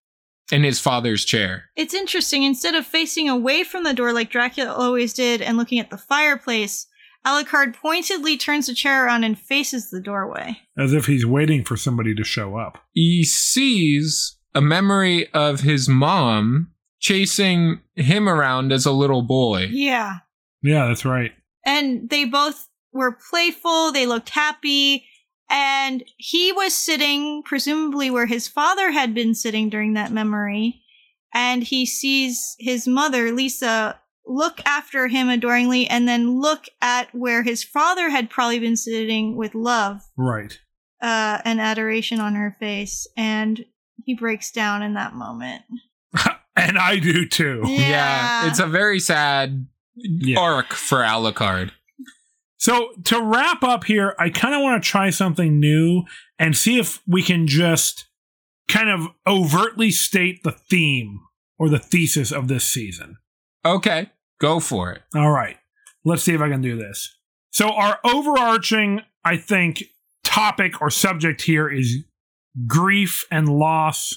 in his father's chair. It's interesting. Instead of facing away from the door like Dracula always did and looking at the fireplace, Alucard pointedly turns the chair around and faces the doorway. as if he's waiting for somebody to show up He sees a memory of his mom chasing him around as a little boy. Yeah. yeah that's right And they both were playful, they looked happy, and he was sitting, presumably where his father had been sitting during that memory, and he sees his mother, Lisa, look after him adoringly and then look at where his father had probably been sitting with love right *laughs* uh, and adoration on her face, and he breaks down in that moment. and i do too it's a very sad Yeah. arc for Alucard. So to wrap up here, I kind of want to try something new and see if we can just kind of overtly state the theme or the thesis of this season. Okay, go for it. All right. Let's see if I can do this. So our overarching, I think, topic or subject here is grief and loss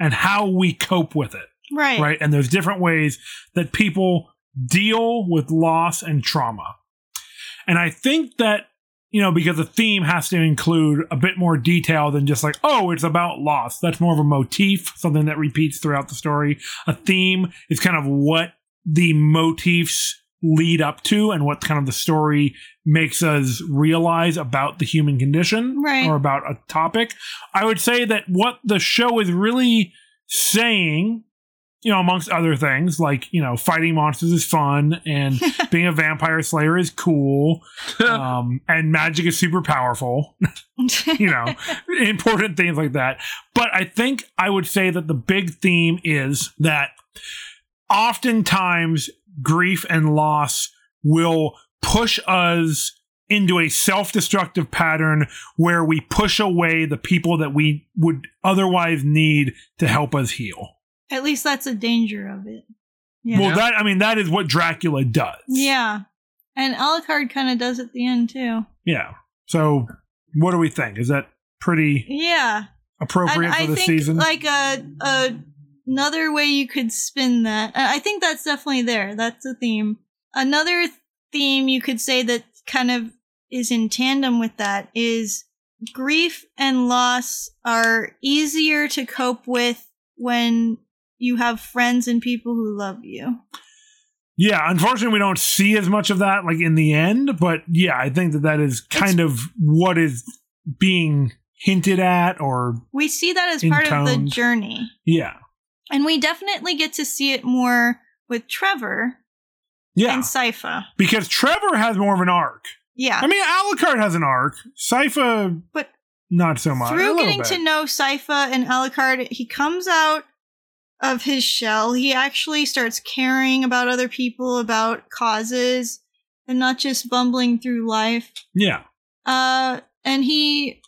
and how we cope with it right. right? And there's different ways that people deal with loss and trauma. And I think that, you know, because the theme has to include a bit more detail than just like, oh, it's about loss. That's more of a motif, something that repeats throughout the story. A theme is kind of what the motifs lead up to and what kind of the story makes us realize about the human condition Right. or about a topic. I would say that what the show is really saying, you know, amongst other things, like, you know, fighting monsters is fun and being a vampire slayer is cool um, and magic is super powerful, you know, important things like that. But I think I would say that the big theme is that oftentimes grief and loss will push us into a self destructive pattern where we push away the people that we would otherwise need to help us heal. *laughs* At least that's a danger of it. Yeah. Well, Yeah. that, I mean, that is what Dracula does. yeah. And Alucard kind of does at the end too. Yeah. So, what do we think? Is that pretty Yeah. appropriate And for the season? like a, a another way you could spin that. I I think that's definitely there. That's a theme. Another theme you could say that kind of is in tandem with that is grief and loss are easier to cope with when you have friends and people who love you. yeah. Unfortunately, we don't see as much of that like in the end, but yeah, I think that that is kind of what is being hinted at, or We see that as part of the Intoned. journey. yeah, And we definitely get to see it more with Trevor yeah, and Sypha. because Trevor has more of an arc. Yeah. I mean, Alucard has an arc. Sypha, Uh, But not so much. a Through little getting bit. to know Sypha and Alucard, he comes out of his shell. He actually starts caring about other people, about causes, and not just bumbling through life. yeah, Uh, and he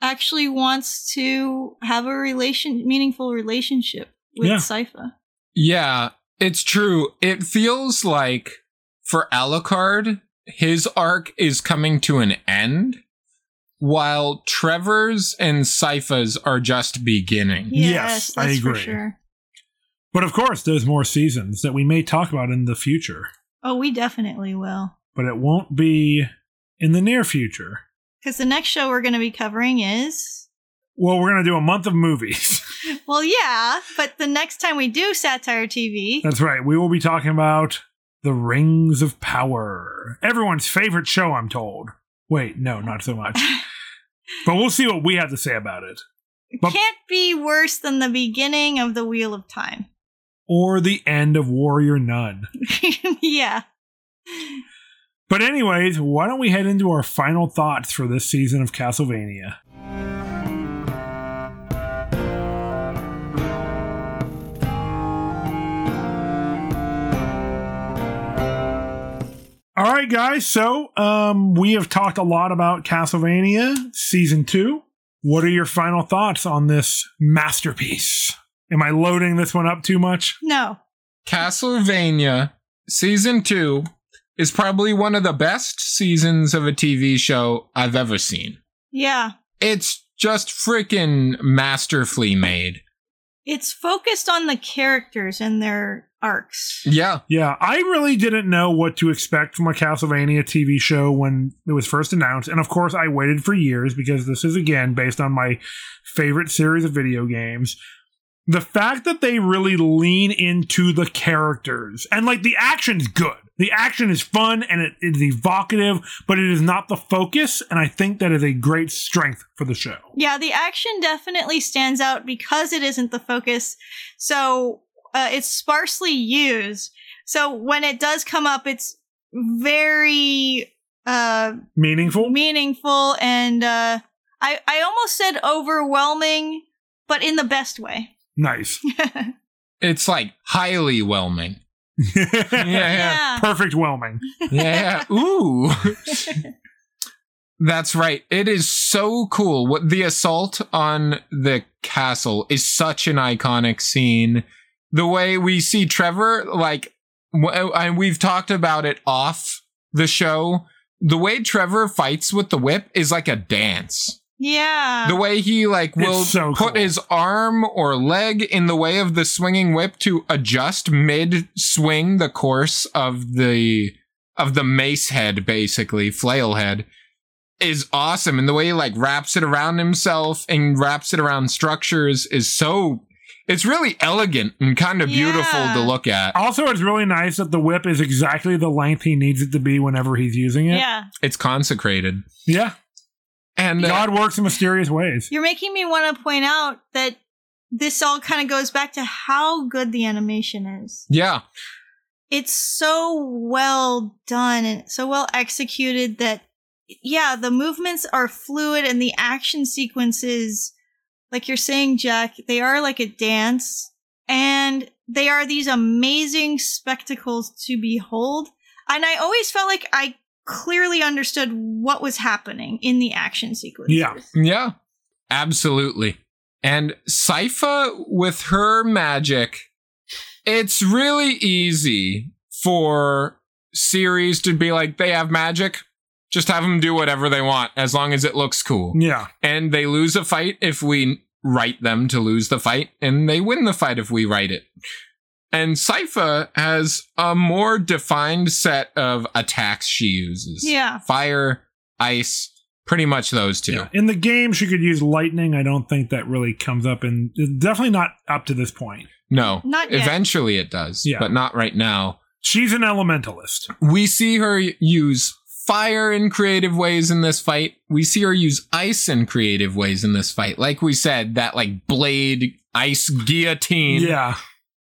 actually wants to have a relation, meaningful relationship with Yeah. Sypha. Yeah, it's true. It feels like for Alucard, his arc is coming to an end, while Trevor's and Sypha's are just beginning. Yes, I for agree. sure. but of course, there's more seasons that we may talk about in the future, Oh, we definitely will. but it won't be in the near future. Because the next show we're going to be covering is. Well, we're gonna do a month of movies. *laughs* Well, yeah, but the next time we do Satire TV, That's right. We will be talking about The Rings of Power. Everyone's favorite show, I'm told. Wait, no, not so much. but we'll see what we have to say about it. But- can't be worse than the beginning of the Wheel of Time. *laughs* Or the end of Warrior Nun. yeah. But, anyways, why don't we head into our final thoughts for this season of Castlevania? All right, guys. So um, we have talked a lot about Castlevania season two. What are your final thoughts on this masterpiece? Am I loading this one up too much? No. Castlevania season two is probably one of the best seasons of a TV show I've ever seen. Yeah. It's just freaking masterfully made. It's focused on the characters and their arcs. Yeah. Yeah, I really didn't know what to expect from a Castlevania TV show when it was first announced. And of course, I waited for years because this is, again, based on my favorite series of video games. The fact that they really lean into the characters and, like, the action's good. The action is fun and it is evocative, but it is not the focus. And I think that is a great strength for the show. Yeah, the action definitely stands out because it isn't the focus. So uh, it's sparsely used. So when it does come up, it's very uh, Meaningful? meaningful and uh, I, I almost said overwhelming, but in the best way. Nice. *laughs* It's like highly whelming. yeah. Perfect whelming. yeah. Ooh. *laughs* That's right. It is so cool. What the assault on the castle is such an iconic scene. The way we see Trevor, like, w- and we've talked about it off the show. The way Trevor fights with the whip is like a dance. Yeah. the way he like will It's so put cool. his arm or leg in the way of the swinging whip to adjust mid swing the course of the of the mace head basically flail head is awesome and the way he like wraps it around himself and wraps it around structures is so it's really elegant and kind of beautiful Yeah. to look at Also, it's really nice that the whip is exactly the length he needs it to be whenever he's using it. yeah. it's consecrated Yeah. and uh, God works in mysterious ways. You're making me want to point out that this all kind of goes back to how good the animation is. yeah It's so well done and so well executed that, yeah, the movements are fluid and the action sequences, like you're saying, Jack, they are like a dance and they are these amazing spectacles to behold. And I always felt like I clearly understood what was happening in the action sequences. Yeah. Yeah, absolutely. And Sypha with her magic, it's really easy for series to be like, they have magic, just have them do whatever they want as long as it looks cool. Yeah. And they lose a fight if we write them to lose the fight, and they win the fight if we write it. And Sypha has a more defined set of attacks she uses. Yeah. Fire, ice, pretty much those two. Yeah. In the game, she could use lightning. I don't think that really comes up in. Definitely not up to this point. No. Not yet. Eventually it does, Yeah. but not right now. She's an elementalist. We see her use fire in creative ways in this fight. We see her use ice in creative ways in this fight. Like we said, that like blade ice guillotine. Yeah.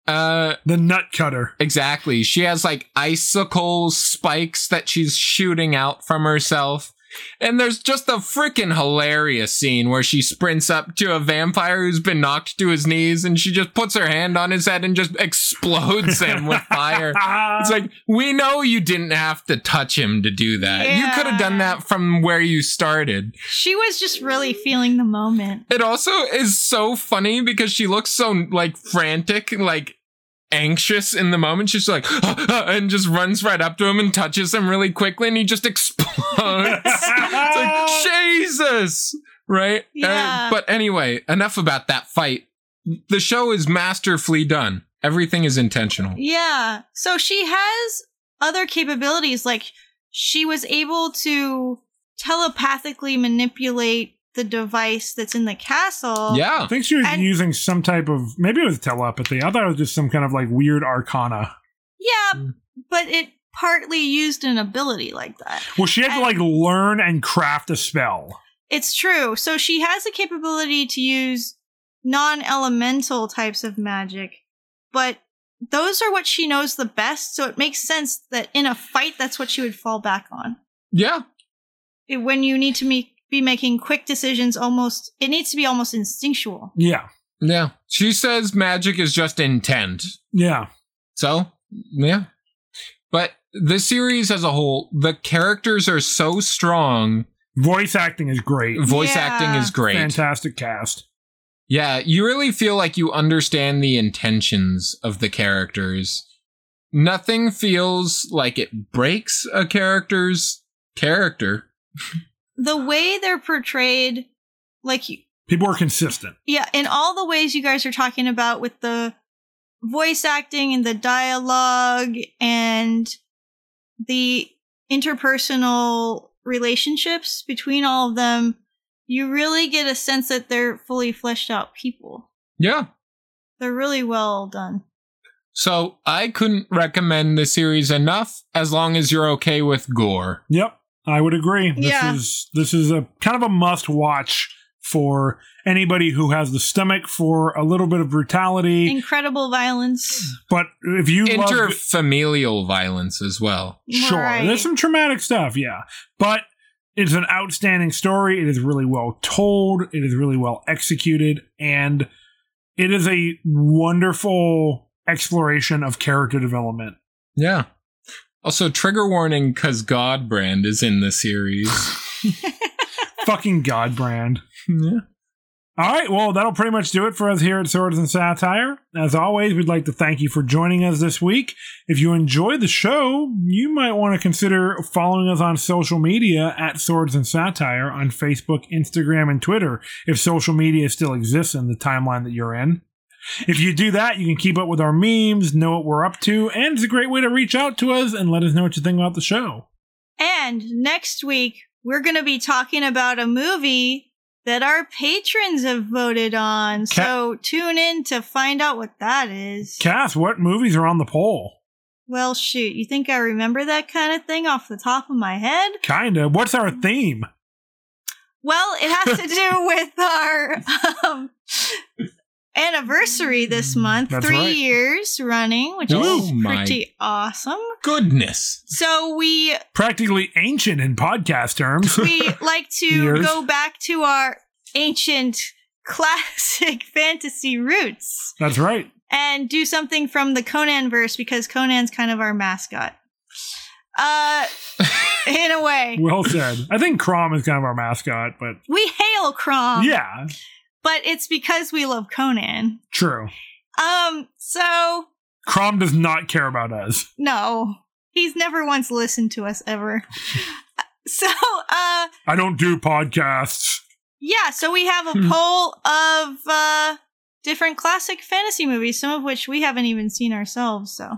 Uh The nut cutter. exactly. She has like icicle spikes that she's shooting out from herself. And there's just a freaking hilarious scene where she sprints up to a vampire who's been knocked to his knees and she just puts her hand on his head and just explodes *laughs* him with fire. Ah. *laughs* It's like, *laughs* we know you didn't have to touch him to do that. You Yeah. could have done that from where you started. She was just really feeling the moment. It also is so funny because she looks so like frantic, like anxious in the moment. She's like, *gasps* and just runs right up to him and touches him really quickly and he *laughs* just *laughs* explodes. it's like, Ah. Jesus! Right? Uh, Yeah. but anyway, enough about that fight. The show is masterfully done. Everything is intentional. Yeah. So she has other capabilities. Like she was able to telepathically manipulate the device that's in the castle. I Yeah. think she was And- using some type of maybe it was telepathy. I thought it was just some kind of like weird arcana. Yeah. Mm. But it partly used an ability like that. Well, she had to And- like learn and craft a spell. It's true. So she has the capability to use non elemental types of magic, but those are what she knows the best. So it makes sense that in a fight, that's what she would fall back on. Yeah. It- when you need to make, be making quick decisions, almost, it needs to be almost instinctual. Yeah. Yeah. She says magic is just intent. Yeah. So, yeah. But the series as a whole, the characters are so strong. Voice acting is great. Voice Yeah. acting is great. Fantastic cast. Yeah, you really feel like you understand the intentions of the characters. Nothing feels like it breaks a character's character. The way they're portrayed, like, you- People are consistent. yeah, in all the ways you guys are talking about with the voice acting and the dialogue and the interpersonal relationships between all of them, you really get a sense that they're fully fleshed out people. Yeah. They're really well done. So, I couldn't recommend the series enough as long as you're okay with gore. Yep, I would agree. This Yeah. is this is a kind of a must watch for anybody who has the stomach for a little bit of brutality. Incredible violence. but if you love Interfamilial violence as well. Sure. Right. There's some traumatic stuff, yeah. But it's an outstanding story. It is really well told. It is really well executed. And it is a wonderful exploration of character development. Yeah. Also, trigger warning because Godbrand is in the series. Fucking Godbrand. *laughs* yeah. All right, well, that'll pretty much do it for us here at Swords and Satire. As always, we'd like to thank you for joining us this week. If you enjoyed the show, you might want to consider following us on social media at Swords and Satire on Facebook, Instagram, and Twitter, if social media still exists in the timeline that you're in. If you do that, you can keep up with our memes, know what we're up to, and it's a great way to reach out to us and let us know what you think about the show. And next week, we're going to be talking about a movie that our patrons have voted on. Ca- so tune in to find out what that is. Cass, what movies are on the poll? well, shoot, you think I remember that kind of thing off the top of my head? Kinda. What's our theme? Well, it has to *laughs* do with our um, anniversary this month, Mm, That's three right. years running, which Oh is my- pretty awesome. Goodness. So we Practically ancient in podcast *laughs* terms. *laughs* we like to Years. go back to our ancient *laughs* classic fantasy roots That's right. and do something from the Conan verse because Conan's kind of our mascot. *laughs* Uh in a way. Well said. I think Crom is kind of our mascot, but We hail Crom. yeah, But it's because we love Conan. true. Um, so Crom does not care about us. no. He's never once listened to us *laughs* ever. *laughs* so uh I don't do podcasts. Yeah, so we have a Hmm. poll of uh, different classic fantasy movies, some of which we haven't even seen ourselves. So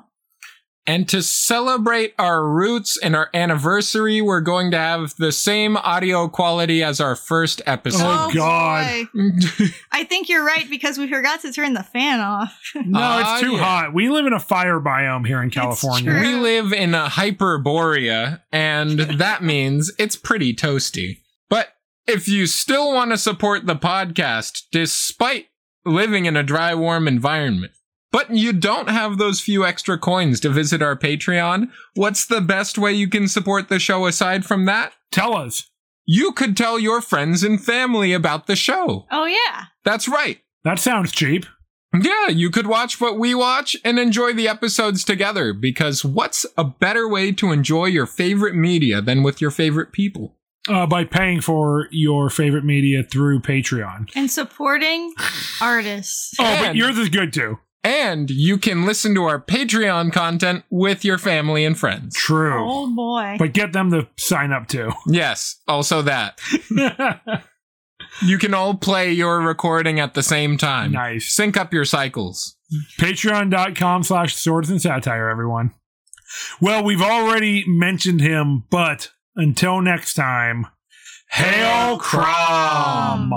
And to celebrate our roots and our anniversary, we're going to have the same audio quality as our first Oh, episode. God. boy. Oh, I think you're right because we forgot to turn the fan off. No, Ah, it's too yeah. hot. We live in a fire biome here in true. California. we live in a hyperborea, and that means it's pretty toasty. But if you still want to support the podcast, despite living in a dry, warm environment, but you don't have those few extra coins to visit our Patreon, what's the best way you can support the show aside from that? Tell us. You could tell your friends and family about the show. Oh yeah, That's right. That sounds cheap. Yeah, you could watch what we watch and enjoy the episodes together because what's a better way to enjoy your favorite media than with your favorite people? Uh, by paying for your favorite media through Patreon. and *sighs* supporting artists. Oh, but And- yours is good too. And you can listen to our Patreon content with your family and friends. True. Oh boy. But get them to sign up too. *laughs* Yes, also that. You can all play your recording at the same time. nice. Sync up your cycles. Patreon.com slash swords and satire, everyone. Well, we've already mentioned him, but until next time, Hail Crom!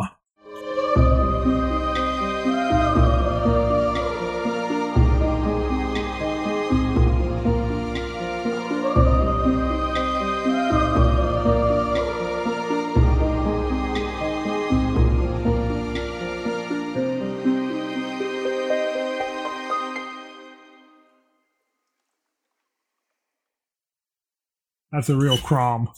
That's a real Crom.